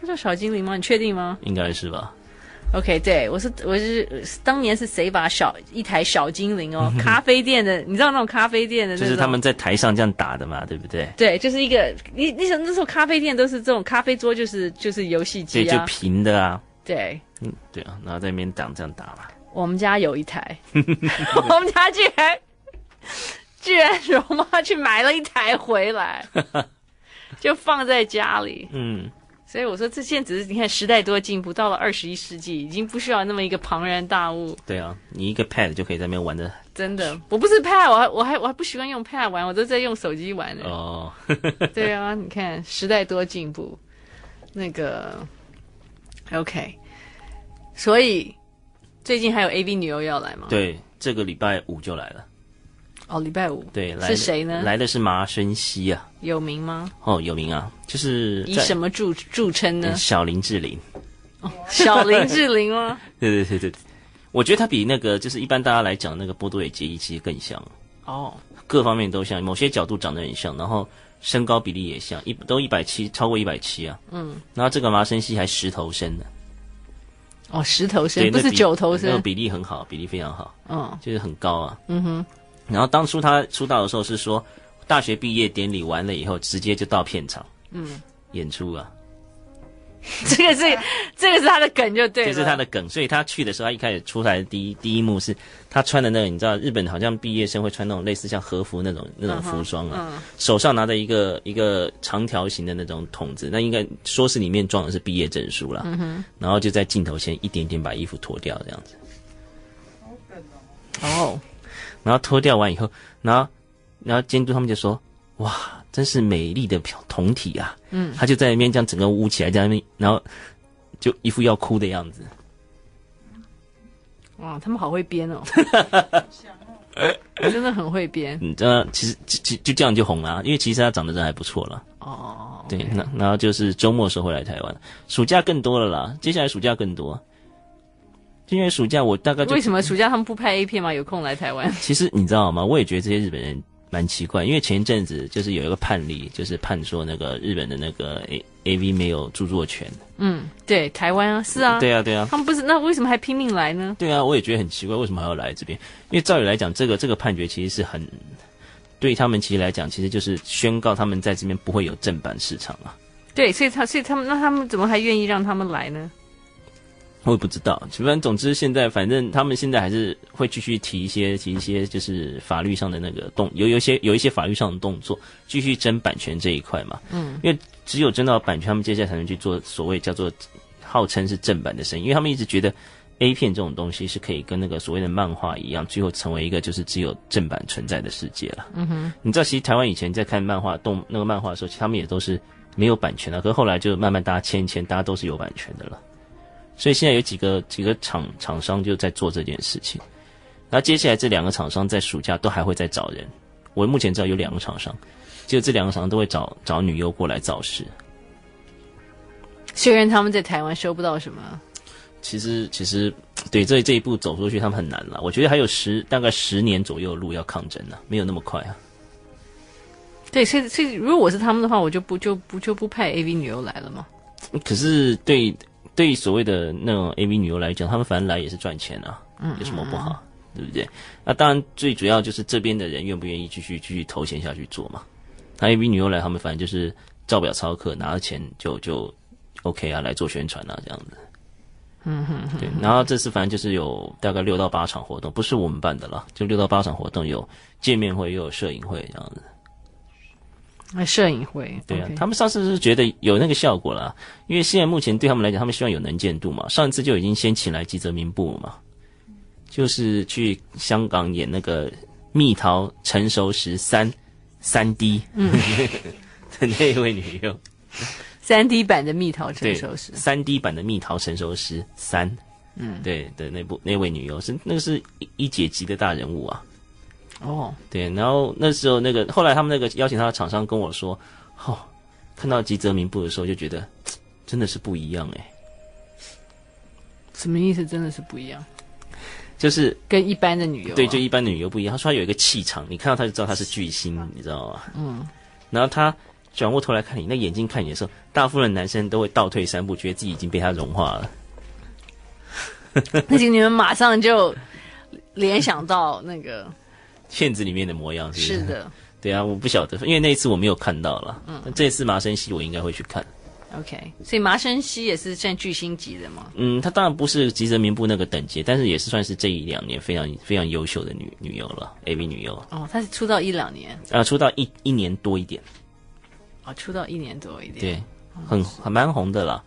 E: 是叫小精灵吗？你确定吗
F: 应该是吧？
E: ？OK，对我是我是当年是谁把小一台小精灵哦，咖啡店的，你知道那种咖啡店的那
F: 嗯就
E: 种，
F: 是他们在台上这样打的嘛，对不对？
E: 对，就是一个你你想那时候咖啡店都是这种咖啡桌，就是就是游戏
F: 所以
E: 机
F: 就
E: 啊，
F: 平的啊，
E: 对。
F: 嗯，对啊，然后在那边挡这样打嘛，
E: 我们家有一 台，我们家居然居然柔妈去买了一台回来，就放在家里。
F: 嗯，
E: 所以我说，这现在只是你看时代多进步，到了二十一世纪，已经不需要那么一个庞然大物。
F: 对啊，你一个 pad 就可以在那边玩的
E: 真的，我不是 Pad，我还我还我还不习惯用 Pad 玩，我都在用手机玩呢。
F: 哦，
E: 对啊，你看时代多进步，那个 OK，所以最近还有 AV 女优要来吗？，
F: 对，这个礼拜五就来了，
E: 哦，礼拜五
F: 对，来
E: 是谁呢
F: 来的是麻生希啊，
E: 有名吗？
F: 哦，有名啊，就是
E: 以
F: 在嗯
E: 什么著著称呢？
F: 小林志玲。
E: 小林志玲 吗？
F: 对对对对对，我觉得他比那个就是一般大家来讲那个波多野结衣其实更像，
E: 哦，
F: 各方面都像，某些角度长得很像，然后身高比例也像，一都一百七，超过一百七啊。嗯，然后这个麻生希还十头身呢，
E: 哦，十头
F: 对
E: 身不
F: 那
E: 是
F: 比
E: 九头
F: 那个
E: 身，
F: 比例很好，比例非常好，
E: 嗯
F: 就是很高啊。
E: 嗯哼，
F: 然后当初他出道的时候是说，大学毕业典礼完了以后，直接就到片场，嗯，演出啊，
E: 这个是这个是他的梗就对了，
F: 这是他的梗，所以他去的时候，他一开始出来的第一第一幕是他穿的那个，你知道日本好像毕业生会穿那种类似像和服那种那
E: 嗯
F: 种服装啊，手上拿着一个一个长条形的那种筒子，那应该说是里面装的是毕业证书啦，
E: 嗯
F: 然后就在镜头前一点点把衣服脱掉这样子，
D: 好梗哦！
E: 哦，
F: 然后脱掉完以后，然后然后监督他们就说，哇，真是美丽的酮体啊，嗯，他就在那边这样整个捂起来，在那边，然后就一副要哭的样子。
E: 哇，他们好会编 哦，
D: 想哦，
E: 真的很会编
F: 你知道，其实就就就这样就红了啊、因为其实他长得真的还不错了。
E: 哦。
F: 对，那然后就是周末时候会来台湾，暑假更多了啦。接下来暑假更多，因为暑假我大概就
E: 为什么暑假他们不拍 A 片吗？有空来台 湾
F: 其实你知道吗？我也觉得这些日本人蛮奇怪，因为前一阵子就是有一个判例，就是判说那个日本的那个 A A V 没有著作权。
E: 嗯对，台湾啊，是啊，
F: 对啊，对啊，
E: 他们不是那为什么还拼命来呢？
F: 对啊，我也觉得很奇怪，为什么还要来这边？因为照理来讲，这个这个判决其实是很对他们其实来讲，其实就是宣告他们在这边不会有正版市场啊。
E: 对，所以他所以他们那他们怎么还愿意让他们来呢？
F: 我也不知道，反正总之现在，反正他们现在还是会继续提一些提一些，就是法律上的那个动，有有一些有一些法律上的动作，继续争版权这一块嘛。嗯，因为只有争到版权，他们接下来才能去做所谓叫做号称是正版的生意，因为他们一直觉得 A 片这种东西是可以跟那个所谓的漫画一样，最后成为一个就是只有正版存在的世界了。嗯哼，你知道，其实台湾以前在看漫画动那个漫画的时候，其实他们也都是没有版权的，可是后来就慢慢大家签一签，大家都是有版权的了。所以现在有几个几个厂厂商就在做这件事情。那接下来这两个厂商在暑假都还会再找人，我目前知道有两个厂商，就这两个厂商都会找找女优过来造势。
E: 虽然他们在台湾收不到什么，
F: 其实其实对这这一步走出去，他们很难了。我觉得还有十大概十年左右的路要抗争呢、没有那么快啊。
E: 对，所以所以如果我是他们的话，我就不就不就不派 AV 女优来了嘛。
F: 可是对对所谓的那种 AV 女优来讲，他们反正来也是赚钱啊，有什么不好，对不对？那当然最主要就是这边的人愿不愿意继续继续投钱下去做嘛。那 AV 女优来，他们反正就是照表操课，拿了钱就就 OK 啊，来做宣传啊这样子。嗯哼，对，然后这次反正就是有大概六到八场活动，不是我们办的啦，就六到八场活动，有见面会，又有摄影会这样子。
E: 啊摄影会，
F: 对啊
E: OK
F: 他们上次是觉得有那个效果啦，因为现在目前对他们来讲，他们希望有能见度嘛。上一次就已经先请来吉泽明步嘛，就是去香港演那个《蜜桃成熟时三三 D》的那一位女优，
E: 三 D 版的蜜桃成
F: 对，
E: 熟时，
F: 三 D 版的《蜜桃成熟时三》，嗯，对的那部那位女优是那个是一一姐级的大人物啊，
E: 哦，
F: 对，然后那时候那个后来他们那个邀请他的厂商跟我说，哦，看到吉泽明步的时候就觉得嘖真的是不一样欸诶，
E: 什么意思？真的是不一样，
F: 就是
E: 跟一般的女优啊、
F: 对，就一般的女优不一样。他说他有一个气场，你看到他就知道他是巨星，你知道吗？嗯。然后他转过头来看你，那眼睛看你的时候，大部分的男生都会倒退三步，觉得自己已经被他融化了。
E: 那请你们马上就联想到那个，
F: 片子里面的模样是不
E: 是的
F: 对啊，我不晓得，因为那一次我没有看到了。嗯。这次麻生希我应该会去看。
E: ，OK，所以麻生希也是算巨星级的嘛，
F: 嗯，她当然不是吉泽明步那个等级，但是也是算是这一两年非常非常优秀的女女优了，AV 女优
E: 哦，他是出道一两年，
F: 啊，出道一一年多一点，
E: 哦，出道一年多一点，
F: 对，很很蛮红的啦，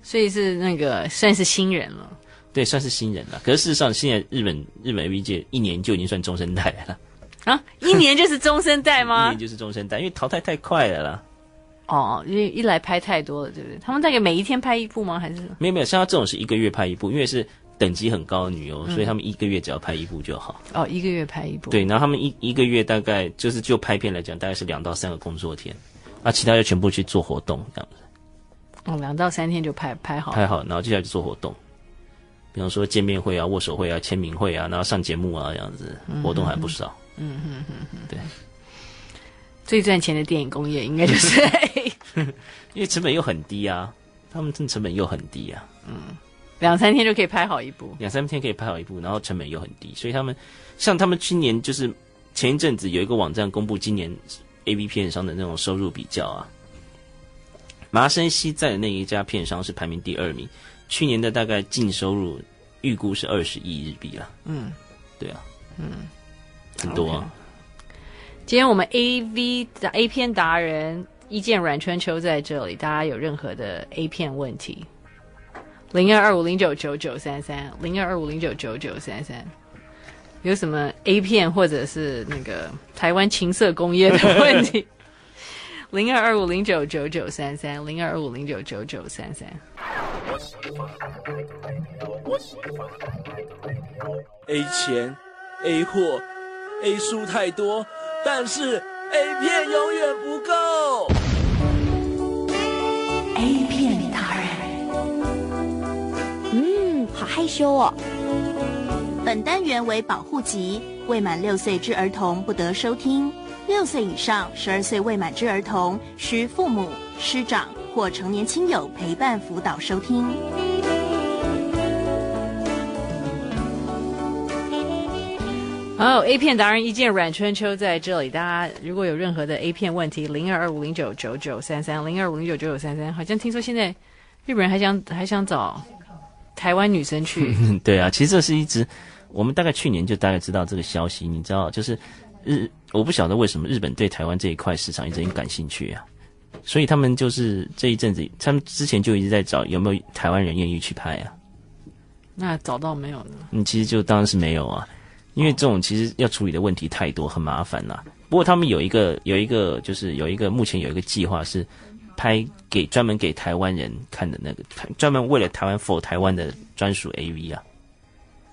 E: 所以是那个算是新人了，
F: 对，算是新人了。可是事实上，现在日本日本 AV 界一年就已经算中生代了，
E: 啊，一年就是中生代
F: 一
E: 吗
F: 年？就是中生代，因为淘汰太快了啦。
E: 哦，因为一来拍太多了，对不对？他们大概每一天拍一部吗？还是
F: 没有没有，像她这种是一个月拍一部，因为是等级很高的女优，所以他们一个月只要拍一部就好。
E: 哦一个月拍一部？
F: 对，然后他们一一个月大概就是就拍片来讲，大概是两到三个工作天，啊，其他就全部去做活动这样子。
E: 哦，两到三天就拍拍好，
F: 拍好，然后接下来就做活动，比方说见面会啊、握手会啊、签名会啊，然后上节目啊，这样子活动还不少。
E: 最赚钱的电影工业应该就是
F: 因为成本又很低啊，他们真的成本又很低啊，
E: 两三天就可以拍好一部。
F: 两三天可以拍好一部，然后成本又很低，所以他们像他们今年就是前一阵子有一个网站公布今年 A V 片商的那种收入比较啊，麻生西在的那一家片商是排名第二名，去年的大概净收入预估是二十亿日币啦。嗯，对啊，嗯，很多啊。
E: 今天我们 A V 的 A 片达人一见阮春秋在这里，大家有任何的 A 片问题，零二二五零九九九三三，零二二五零九九九三三，有什么 A 片或者是那个台湾情色工业的问题？零二二五零九九九三三，零二二五零九九九三三。
C: A 钱、A 货、A 书太多，但是 A 片永远不够。
B: ，A 片达人。
G: 嗯，好害羞哦。
B: 本单元为保护级，未满六岁之儿童不得收听。六岁以上、十二岁未满之儿童，需父母、师长或成年亲友陪伴辅导收听。
E: 哦、a 片达人一见阮春秋在这里，大家如果有任何的 A 片问题，零二二五零九九九三三零二五零九九九三三，好像听说现在日本人还想还想找台湾女生 去，
F: 嗯，对啊，其实这是一直我们大概去年就大概知道这个消息，你知道，就是日我不晓得为什么日本对台湾这一块市场一直很感兴趣啊，所以他们就是这一阵子，他们之前就一直在找有没有台湾人愿意去拍啊。
E: 那找到没有呢？
F: 嗯，其实就当然是没有啊，因为这种其实要处理的问题太多，很麻烦啦。不过他们有一个有一个就是有一个目前有一个计划是拍给专门给台湾人看的那个，台专门为了台湾 for 台湾的专属 AV 啊。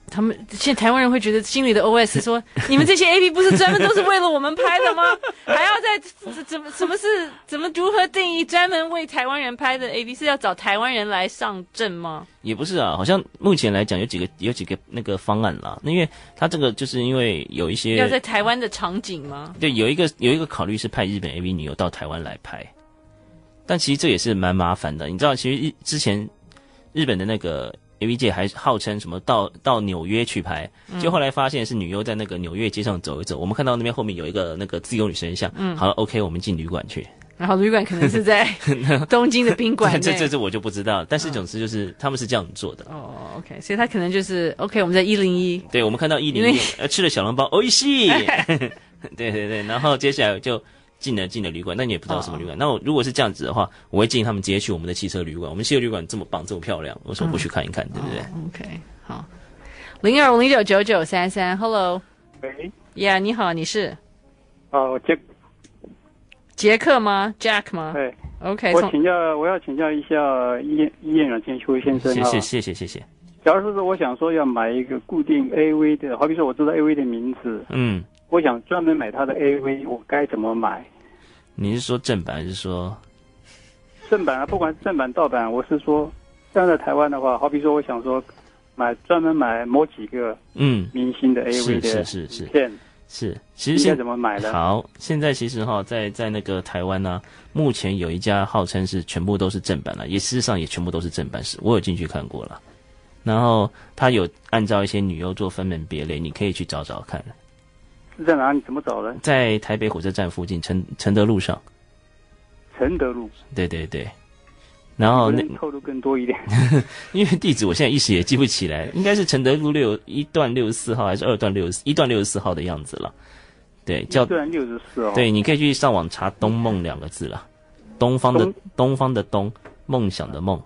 E: 他们现在台湾人会觉得心里的 OS 说：“你们这些 AV 不是专门都是为了我们拍的吗？还要在怎怎么什么是怎么如何定义专门为台湾人拍的 AV 是要找台湾人来上阵吗？
F: 也不是啊，好像目前来讲有几个有几个那个方案啦。那因为他这个就是因为有一些
E: 要在台湾的场景吗？
F: 对，有一个有一个考虑是派日本 AV 女优到台湾来拍，但其实这也是蛮麻烦的。你知道，其实一之前日本的那个 AV 界还号称什么到到纽约去拍，
E: 嗯
F: 就后来发现是女优在那个纽约街上走一走，我们看到那边后面有一个那个自由女神像，
E: 嗯
F: 好了，OK，我们进旅馆去。
E: 然后旅馆可能是在 东京的宾馆内。
F: 这这这我就不知道，但是总之就是、他们是这样做的。
E: 哦，OK，所以他可能就是 OK，我们在一零一，
F: 对，我们看到一零
E: 因
F: 一
E: 为
F: 呃吃了 小笼包，哦一西， 对对对，然后接下来就进了进了旅馆，但你也不知道什么
E: 哦
F: 旅馆。那我如果是这样子的话，我会建议他们直接去我们的汽车旅馆。我们汽车旅馆这么棒，这么漂亮，为什么不去看一
E: 哦
F: 看，对不对？
E: OK，好，零二五零九九九三三，Hello，Yeah，
H: 喂，
E: 你好，你是
H: 哦，杰，
F: 啊
E: 杰克吗？Jack 吗
H: 哎，
E: ？OK，
H: 我
E: 从
H: 请教，我要请教一下医院医院阮千秋先生
F: 谢
H: 啊。
F: 谢谢谢谢谢，
H: 假如说是我想说要买一个固定 AV 的，好比说我知道 AV 的名字，
F: 嗯，
H: 我想专门买它的 AV，我该怎么买？
F: 你是说正版还是说
H: 正版啊，不管是正版盗版，我是说，站在台湾的话，好比说我想说买专门买某几个
F: 嗯？
H: 明星的 AV
F: 是
H: 的
F: 是是是
H: 片，
F: 是，其实
H: 应该
F: 现
H: 怎么买呢？
F: 好，现在其实哈，在在那个台湾呢、目前有一家号称是全部都是正版了，也事实上也全部都是正版，是我有进去看过了。然后它有按照一些女优做分门别类，你可以去找找看，
H: 是在哪里？怎么找呢？
F: 在台北火车站附近承承德路上，
H: 承德路，
F: 对对对。然后哦
I: 嗯
F: 那
H: 能透露更多一点。
F: 因为地址我现在一时也记不起来，应该是承德路六一段六十四号还是二段六十一段六十四号的样子了。对， 叫
H: 虽然六十四哦，
F: 对，你可以去上网查“东梦”两个字啦，东方的
H: 东
F: 东方的东，梦想的梦。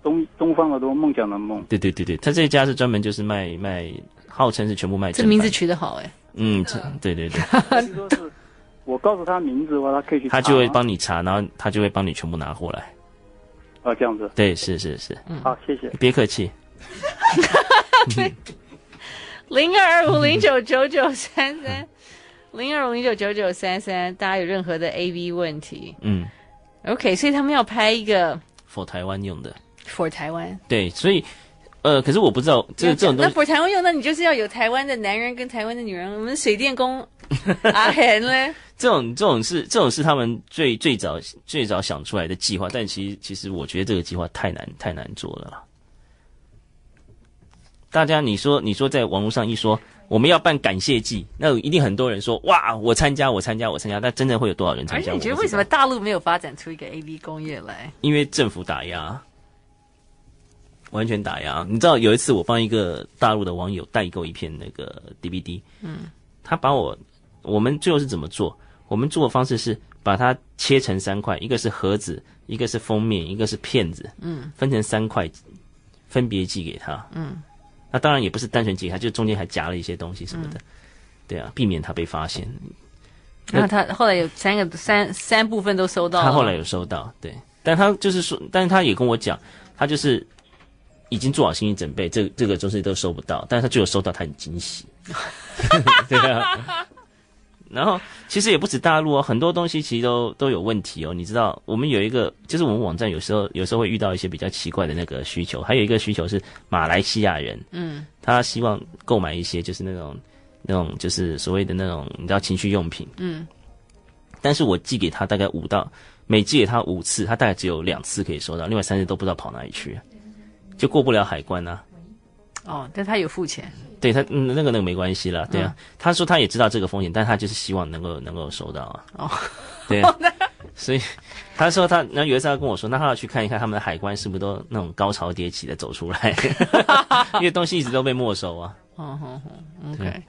H: 东东方的东，梦想的梦。
F: 对对对对，他这家是专门就是卖卖，号称是全部卖
E: 这
F: 正
E: 名字
F: 版
E: 取得好哎，
F: 嗯，这对对对，
H: 就是说是我告诉他名字的话，他可以去查
F: 他
H: 吗，
F: 就会帮你查，然后他就会帮你全部拿过来。
H: 啊这样子。
F: 对，是是是，
E: 嗯
H: 好，谢谢。
F: 别客气。
E: 零二五零九九九三三， 零二五零九九九三三，大家有任何的 AV 问题
F: 嗯
E: ，OK，所以他们要拍一个
F: ，for 台湾用的。
E: for 台湾，
F: 对，所以呃，可是我不知道这这种东
E: 那
F: 西，
E: for 台湾用，那你就是要有台湾的男人跟台湾的女人，我们水电 工阿恒嘞，
F: 这种这种是这种是他们最最早最早想出来的计划，但其实其实我觉得这个计划太难太难做了啦。大家你说你说在网络上一说我们要办感谢祭，那一定很多人说哇我参加我参加我参加，但真的会有多少人参
E: 而
F: 加？
E: 哎且你觉得
F: 我不
E: 为
F: 知
E: 什
F: 道
E: 么？大陆没有发展出一个 AV 工业来？
F: 因为政府打压，完全打压。你知道有一次我帮一个大陆的网友代购一片那个 DVD，嗯，他把我我们最后是怎么做？我们做的方式是把它切成三块，一个是盒子，一个是封面，一个是片子，嗯，分成三块，分别寄给他，嗯，那当然也不是单纯寄给他，就中间还夹了一些东西什么的，对啊，避免他被发现。
E: 然后他后来有三个三三部分都收到了，啊
F: 他后来有收到，对，但他就是说，但是他也跟我讲，他就是已经做好心理准备，这这个东西都收不到，但是他只有收到，他很惊喜，对啊。然后其实也不止大陆哦，很多东西其实都都有问题哦。你知道，我们有一个，就是我们网站有时候有时候会遇到一些比较奇怪的那个需求，还有一个需求是马来西亚人，嗯，他希望购买一些就是那种那种就是所谓的那种你知道情趣用品，嗯，但是我寄给他大概五到每寄给他五次，他大概只有两次可以收到，另外三次都不知道跑哪里去，就过不了海关啊。
E: 哦，但他有付钱，
F: 对他，嗯，那个那个没关系啦，对啊。
E: 嗯
F: 他说他也知道这个风险，但他就是希望能够能够收到啊。
E: 哦，
F: 对啊，所以他说他，然后有一次他跟我说，那他要去看一看他们的海关是不是都那种高潮迭起的走出 来，因为东西一直都被没收啊。
E: 哦哦哦，OK。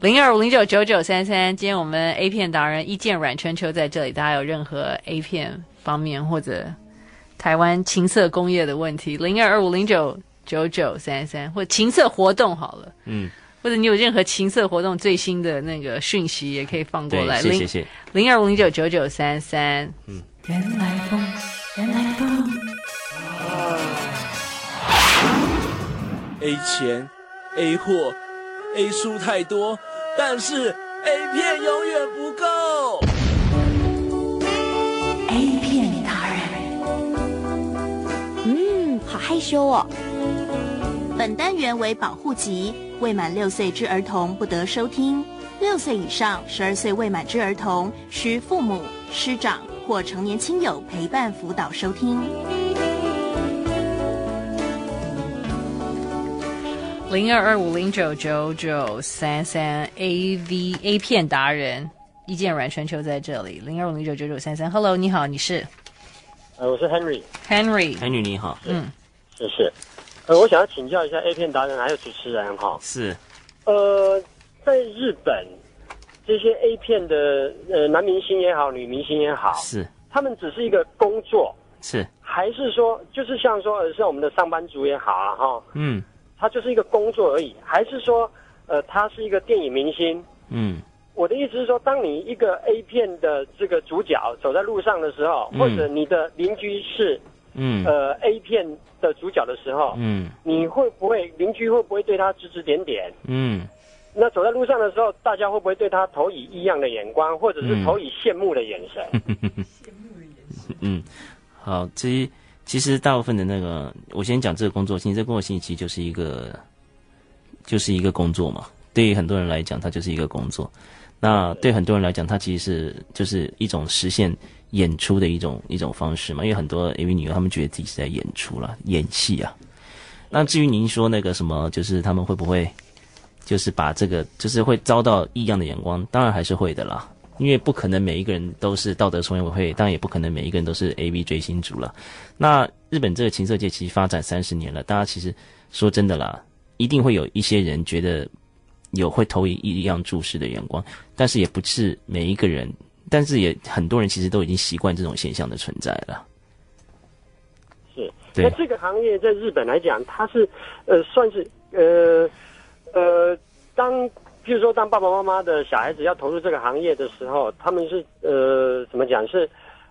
E: 零二五零九九九三三，今天我们 A 片达人一见阮春秋在这里，大家有任何 A 片方面或者台湾情色工业的问题，零二二五零九九九三三，或情色活动好了，
F: 嗯，
E: 或者你有任何情色活动最新的那个讯息，也可以放过
F: 对，
E: 来。
F: 谢
E: 零
F: 谢谢，
E: 零二五零九九九三三。
A: 原来风，原来风。
C: A 钱、A 货、A 书太多，但是 A 片永远不够。
A: A 片达人，
G: 嗯，好害羞哦。
B: 本单元为保护级，未满六岁之儿童不得收听。六岁以上、十二岁未满之儿童，需父母、师长或成年亲友陪伴辅导收听。
E: 零二二五零九九九三三 A V A 片达人，意见软全球在这里。零二五零九九九三三，Hello，你好，你是
J: 呃，我是 Henry，
E: Henry，
F: 美女你好，
E: 嗯
J: 谢谢。呃，我想要请教一下 A 片达人还有主持人哈。
F: 是
J: 呃，在日本，这些 A 片的呃男明星也好，女明星也好，
F: 是
J: 他们只是一个工作，
F: 是，
J: 还是说就是像说呃像我们的上班族也好啊哈，
F: 嗯
J: 他就是一个工作而已，还是说呃他是一个电影明星？
F: 嗯
J: 我的意思是说，当你一个 A 片的这个主角走在路上的时候，
F: 嗯
J: 或者你的邻居是
F: 嗯
J: 呃 A 片的主角的时候，
F: 嗯
J: 你会不会邻居会不会对他指指点点？
F: 嗯
J: 那走在路上的时候，大家会不会对他投以异样的眼光，或者
F: 嗯
J: 是投以羡慕的眼 神？
F: 嗯，好，其实其实大部分的那个，我先讲这个工作性，这个工作性其实就是一个就是一个工作嘛，对于很多人来讲，它就是一个工作。那对很多人来讲，它其实是就是一种实现演出的一种一种方式嘛，因为很多 AV 女优她们觉得自己是在演出啦，演戏啊。那至于您说那个什么，就是他们会不会就是把这个就是会遭到异样的眼光，当然还是会的啦，因为不可能每一个人都是道德从业委会，当然也不可能每一个人都是 AV 追星族了。那日本这个情色界其实发展三十年了，大家其实说真的啦，一定会有一些人觉得有会投以异样注视的眼光，但是也不是每一个人，但是也很多人其实都已经习惯这种现象的存在了。
J: 是。
F: 对
J: 那这个行业在日本来讲，它是呃算是呃呃，当譬如说当爸爸妈妈的小孩子要投入这个行业的时候，他们是呃怎么讲是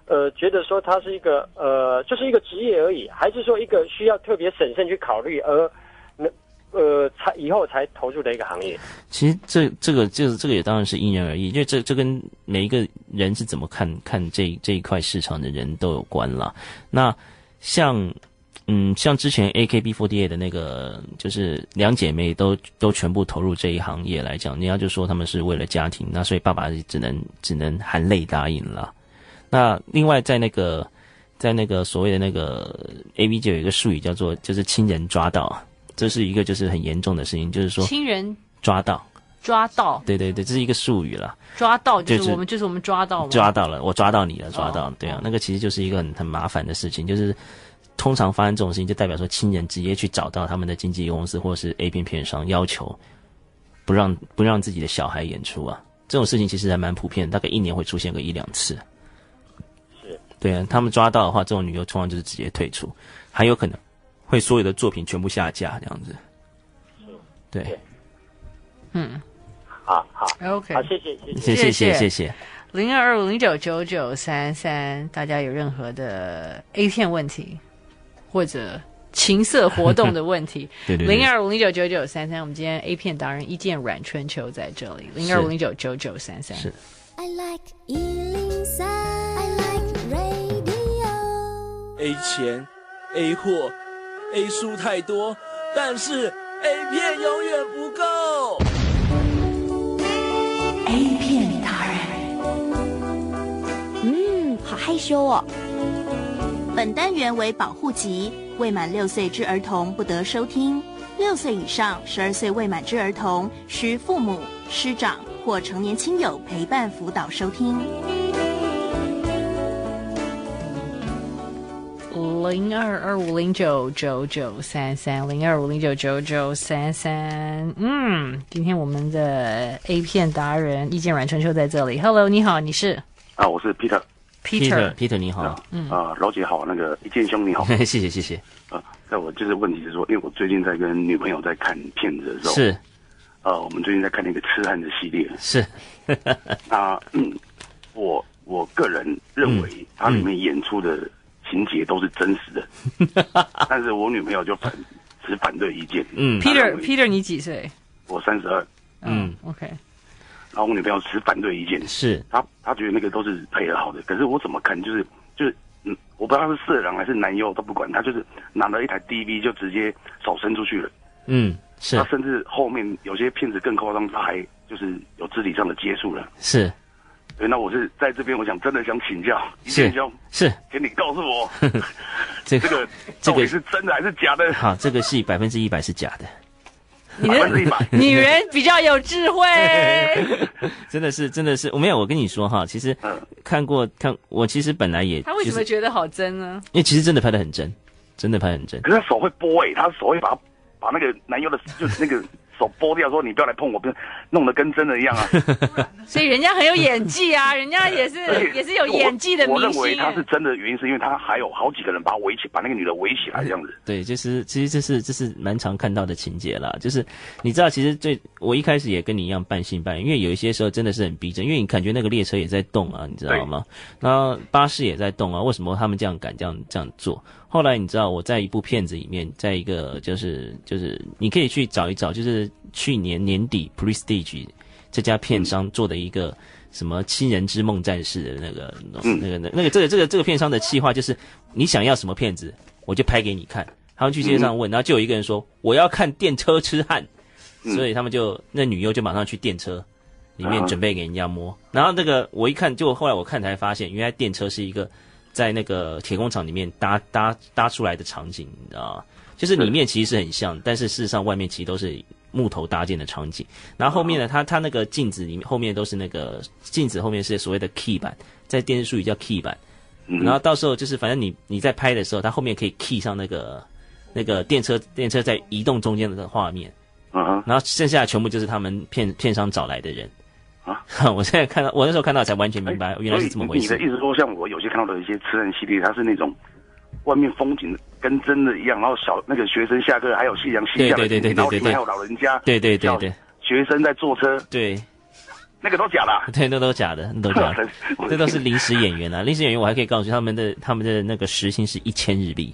J: 呃觉得说它是一个呃就是一个职业而已，还是说一个需要特别审慎去考虑而那呃才以后才投入的一个行业？
F: 其实这这个就是这个也当然是因人而异，因为这这跟每一个人是怎么看看这这一块市场的人都有关啦。那像嗯，像之前 AKB48 的那个，就是两姐妹都都全部投入这一行业来讲，人家就说他们是为了家庭，那所以爸爸只能只能含泪答应了。那另外在那个在那个所谓的那个 AV 界有一个术语叫做就是亲人抓到，这是一个就是很严重的事情，就是说
E: 亲人
F: 抓到。
E: 抓到，
F: 对对对，这是一个术语啦，
E: 抓到就
F: 就是是
E: 我们，就是我们抓到嘛，
F: 抓到了，我抓到你了，抓到了
E: 哦，
F: 对啊，那个其实就是一个很很麻烦的事情，就是通常发生这种事情，就代表说亲人直接去找到他们的经纪公司或是 A 片片商，要求不让不让自己的小孩演出啊，这种事情其实还蛮普遍，大概一年会出现个一两次。
J: 是，
F: 对啊，他们抓到的话，这种女优通常就是直接退出，还有可能会所有的作品全部下架这样子。对，
E: 嗯
J: 好好
E: ，OK
J: 好，。谢谢谢谢。
F: 谢
E: 谢
F: 谢
E: 谢
F: 谢谢。
E: 零二二五零九九九三三，大家有任何的 A 片问题或者情色活动的问题，
F: 对对对
E: 零二五零九九九三三，我们今天 A 片达人一见阮春秋在这里，零二五零九九九三三。
F: 是
G: I like Ealing Sound. I like radio.
C: A 钱、A 货、A 书太多，但是 A 片永远不够。
A: ，A 片达人，
G: 嗯，好害羞哦。
B: 本单元为保护级，未满六岁之儿童不得收听。六岁以上、十二岁未满之儿童，需父母、师长或成年亲友陪伴辅导收听。
E: 零二二五零九九九三三零二五零九九九三三。嗯，今天我们的 A 片达人意见阮春秋在这里。Hello，你好，你是
I: 啊，我是 Peter 啊
E: Peter。
F: 哦 Peter 你好，
I: 啊，老姐好，那个一见兄你好
F: ，谢谢谢谢。
I: 啊，那我就是问题是说，因为我最近在跟女朋友在看片子的时候，
F: 是
I: 啊、我们最近在看那个《痴汉》的系列。
F: 是，
I: 那、嗯我我个人认
F: 嗯
I: 为它里面演出的情节都是真实的， 但是我女朋友就反持反对意见。
F: 嗯
I: 她
E: Peter
I: 认为
E: Peter 你几岁？哦
I: 我三十二，
F: 嗯
E: ，OK，
I: 然后我女朋友持反对意见，
F: 是
I: 她她觉得那个都是配合好的，可是我怎么看就是就是。嗯，我不知道她是色狼还是男优，都不管，她就是拿了一台 DV 就直接手伸出去了。
F: 嗯是
I: 他甚至后面有些片子更夸张，他还就是有肢体上的接触了。
F: 是
I: 对，那我是在这边，我想真的想请教，
F: 是
I: 请教，
F: 是
I: 请你告诉 我，
F: 这
I: 这
F: 个
I: 个
F: 这
I: 到
F: 个
I: 底是真的还是假的？
F: 好，这个戏百分之一百是假的，
E: 你
I: 百分之一
E: 的
I: 百，
E: 女人比较有智慧。
F: 真的是真的是我没有，我跟你说哈，其实
I: 嗯
F: 看过看我其实本来也
E: 他为什
F: 就
E: 么
F: 是
E: 觉得好真呢？
F: 因为其实真的拍的很真，真的拍得很真，
I: 可是他手会拨哎、他手会把把那个男优的，就是那个手拨掉，说你不要来碰我，不是弄得跟真的 一样啊。
E: 所以人家很有演技啊，人家也是
I: 而且
E: 也是有演技的
I: 我我
E: 明
I: 认为
E: 星。啊
I: 他是真的原因，是因为他还有好几个人把他围起，把那个女的围起来这样子。
F: 对，就是其实这是这是蛮常看到的情节啦，就是你知道，其实最我一开始也跟你一样半信半疑，因为有一些时候真的是很逼真，因为你感觉那个列车也在动啊，你知道吗？然后巴士也在动啊，为什么他们这样敢这样这样做？后来你知道，我在一部片子里面，在一个就是就是你可以去找一找，就是去年年底 Prestige 这家片商做的一个。什么七人之梦战士的那个、那个、那个、那个这个、这个、这个片商的企划就是，你想要什么片子，我就拍给你看。他们去街上问，然后就有一个人说我要看电车痴汉，所以他们就那女优就马上去电车里面
I: 嗯啊
F: 准备给人家摸。然后那个我一看，就后来我看才发现，原来电车是一个在那个铁工厂里面搭搭搭出来的场景，你知道吗？就是里面其实很像，但是事实上外面其实都是木头搭建的场景。然后后面呢，它它那个镜子里面后面都是那个镜子后面是所谓的 key 板，在电视术语叫 key 板。
I: 嗯
F: 然后到时候就是反正你你在拍的时候，它后面可以 key 上那个那个电车电车在移动中间的画面。
I: 嗯哼，
F: 然后剩下的全部就是他们片片商找来的人。
I: 啊！
F: 我现在看到，我那时候看到才完全明白，原来是这么回
I: 哎所
F: 事
I: 以你。的意思说，像我有些看到的一些吃人系列，它是那种外面风景跟真的一样，然后小那个学生下课还有夕阳西下的
F: 对对对对
I: 情景，然后
F: 对
I: 里
F: 对
I: 面还有老人家，
F: 对对对
I: 小
F: 对
I: 学生在坐车，
F: 对
I: 那个都假的啊。
F: 对，那都假 的， 那都假的，这都是临时演员啊！临时演员，我还可以告诉你，他们的他们的那个时薪是一千日币，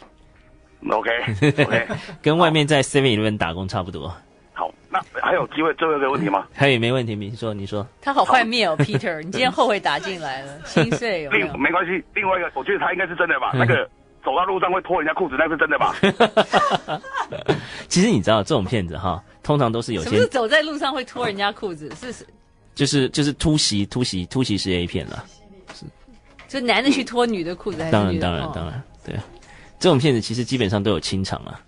I: OK OK，
F: 跟外面在 Seven Eleven 打工差不多。
I: 好，那还有机会最后一个问题吗？
F: 嘿，没问题，你说你说，
E: 他好幻灭哦，Peter，你今天后悔打进来了，心碎 有没有
I: 另？没关系，另外一个我觉得他应该是真的吧，
F: 嗯
I: 那个。走到路上会脱人家裤子，那是真的吧？
F: 其实你知道这种片子哈，通常都是有
E: 什么
F: 些
E: 是走在路上会脱人家裤子？是是，
F: 就是就是突袭突袭突袭式 A 片了。
E: 就男的去脱女的裤
I: 哎
E: 子，还
F: 当
E: 是
F: 然
E: 女的？
F: 当然
E: 哦
F: 当然，对，啊这种片子其实基本上都有清场啊，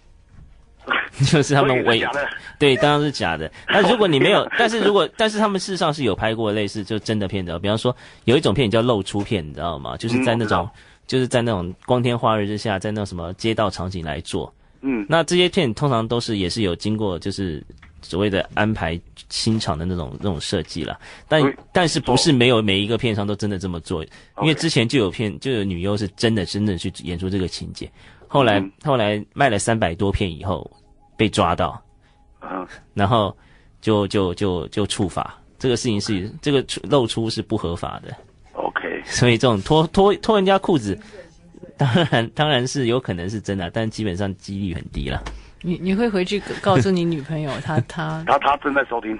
F: 就是他们
I: 所以
F: 伪
I: 是假的哦
F: 对，当然是假的。那如果你没有， 但是如果但是他们事实上是有拍过类似就真的片子哦，比方说有一种片叫露出片，你知道吗？就是在那
I: 嗯我知
F: 种、
I: 道
F: 就是在那种光天化日之下，在那种什么街道场景来做。
I: 嗯
F: 那这些片通常都是也是有经过就是所谓的安排新场的那种那种设计啦，但
I: 嗯
F: 但是不是没有每一个片商都真的这么做，
I: 哦
F: 因为之前就有片就有女优是真的真的去演出这个情节，后来、
I: 嗯
F: 后来卖了三百多片以后被抓到，
I: 嗯，
F: 然后就就就就处罚。这个事情是这个出露出是不合法的，
I: OK，
F: 所以这种脱脱脱人家裤子，当然当然是有可能是真的，啊但基本上几率很低了。
E: 你你会回去告诉你女朋友，她 她
I: 他他正在收听，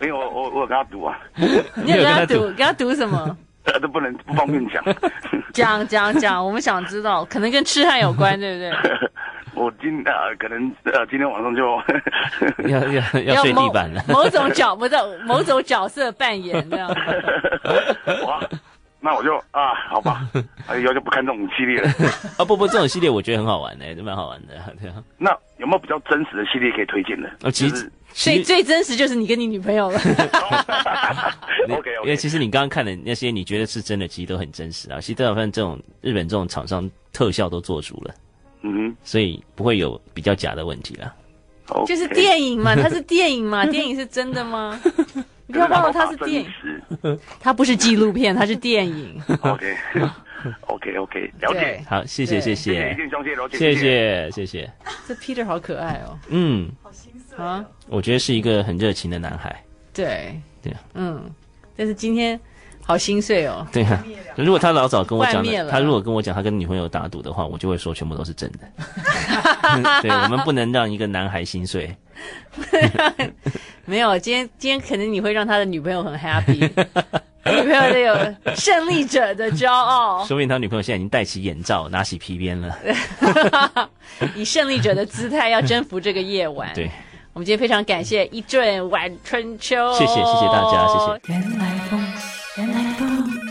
I: 没有我我我有跟他赌啊，
E: 你有跟她赌，跟她赌什 么？
I: 呃都不能不方便讲。
E: 讲讲讲，我们想知道，可能跟痴汉有 关，对不对？
I: 我今呃可能呃今天晚上就
F: 要要要睡地板了。
E: 某某种角，不是某种角色扮演这样。
I: 哇，那我就啊好吧，啊以后就不看这种系 列了。
F: 啊不不，这种系列我觉得很好玩的、欸，蛮好玩的。对啊，
I: 那有没有比较真实的系列可以推荐的？
F: 啊其
I: 就
F: 实
I: 是
E: 最
F: 其实
E: 最真实就是你跟你女朋 友了。
F: 你
I: OK
F: 因为
I: OK，
F: 其实你刚刚看的那些，你觉得是真的，其实都很真实啊。其实大部分这种日本这种厂商特效都做足了，
I: 嗯
F: 所以不会有比较假的问题啦。
I: 哼，
E: 就是
I: OK
E: 电影嘛，它是电影嘛，电影是真的吗？你不要忘了它是电影，它不是纪录片，它是电影。
I: OK OK OK，了解
E: 对。
F: 好，谢谢谢
E: 对
I: 谢谢
F: 谢
I: 一，见兄，谢谢罗姐，
F: 谢谢谢谢，
E: 这 Peter 好可爱哦，
F: 嗯，
E: 啊，
F: 我觉得是一个很热情的男孩，
E: 对，
F: 对啊
E: 嗯，但是今天好心碎哦，
F: 对啊。如果他老早跟我讲
E: 幻灭
F: 的，
E: 了
F: 他如果跟我讲他跟女朋友打赌的话，我就会说全部都是真的。对，我们不能让一个男孩心碎。
E: 没有，今天今天可能你会让他的女朋友很 happy，女朋友得有胜利者的骄傲，
F: 说不定他女朋友现在已经戴起眼罩，拿起皮鞭了。
E: 以胜利者的姿态要征服这个夜晚。
F: 对，
E: 我们今天非常感谢一俊晚春秋，
F: 谢谢谢谢大家，谢谢。
A: 原来风，原来风。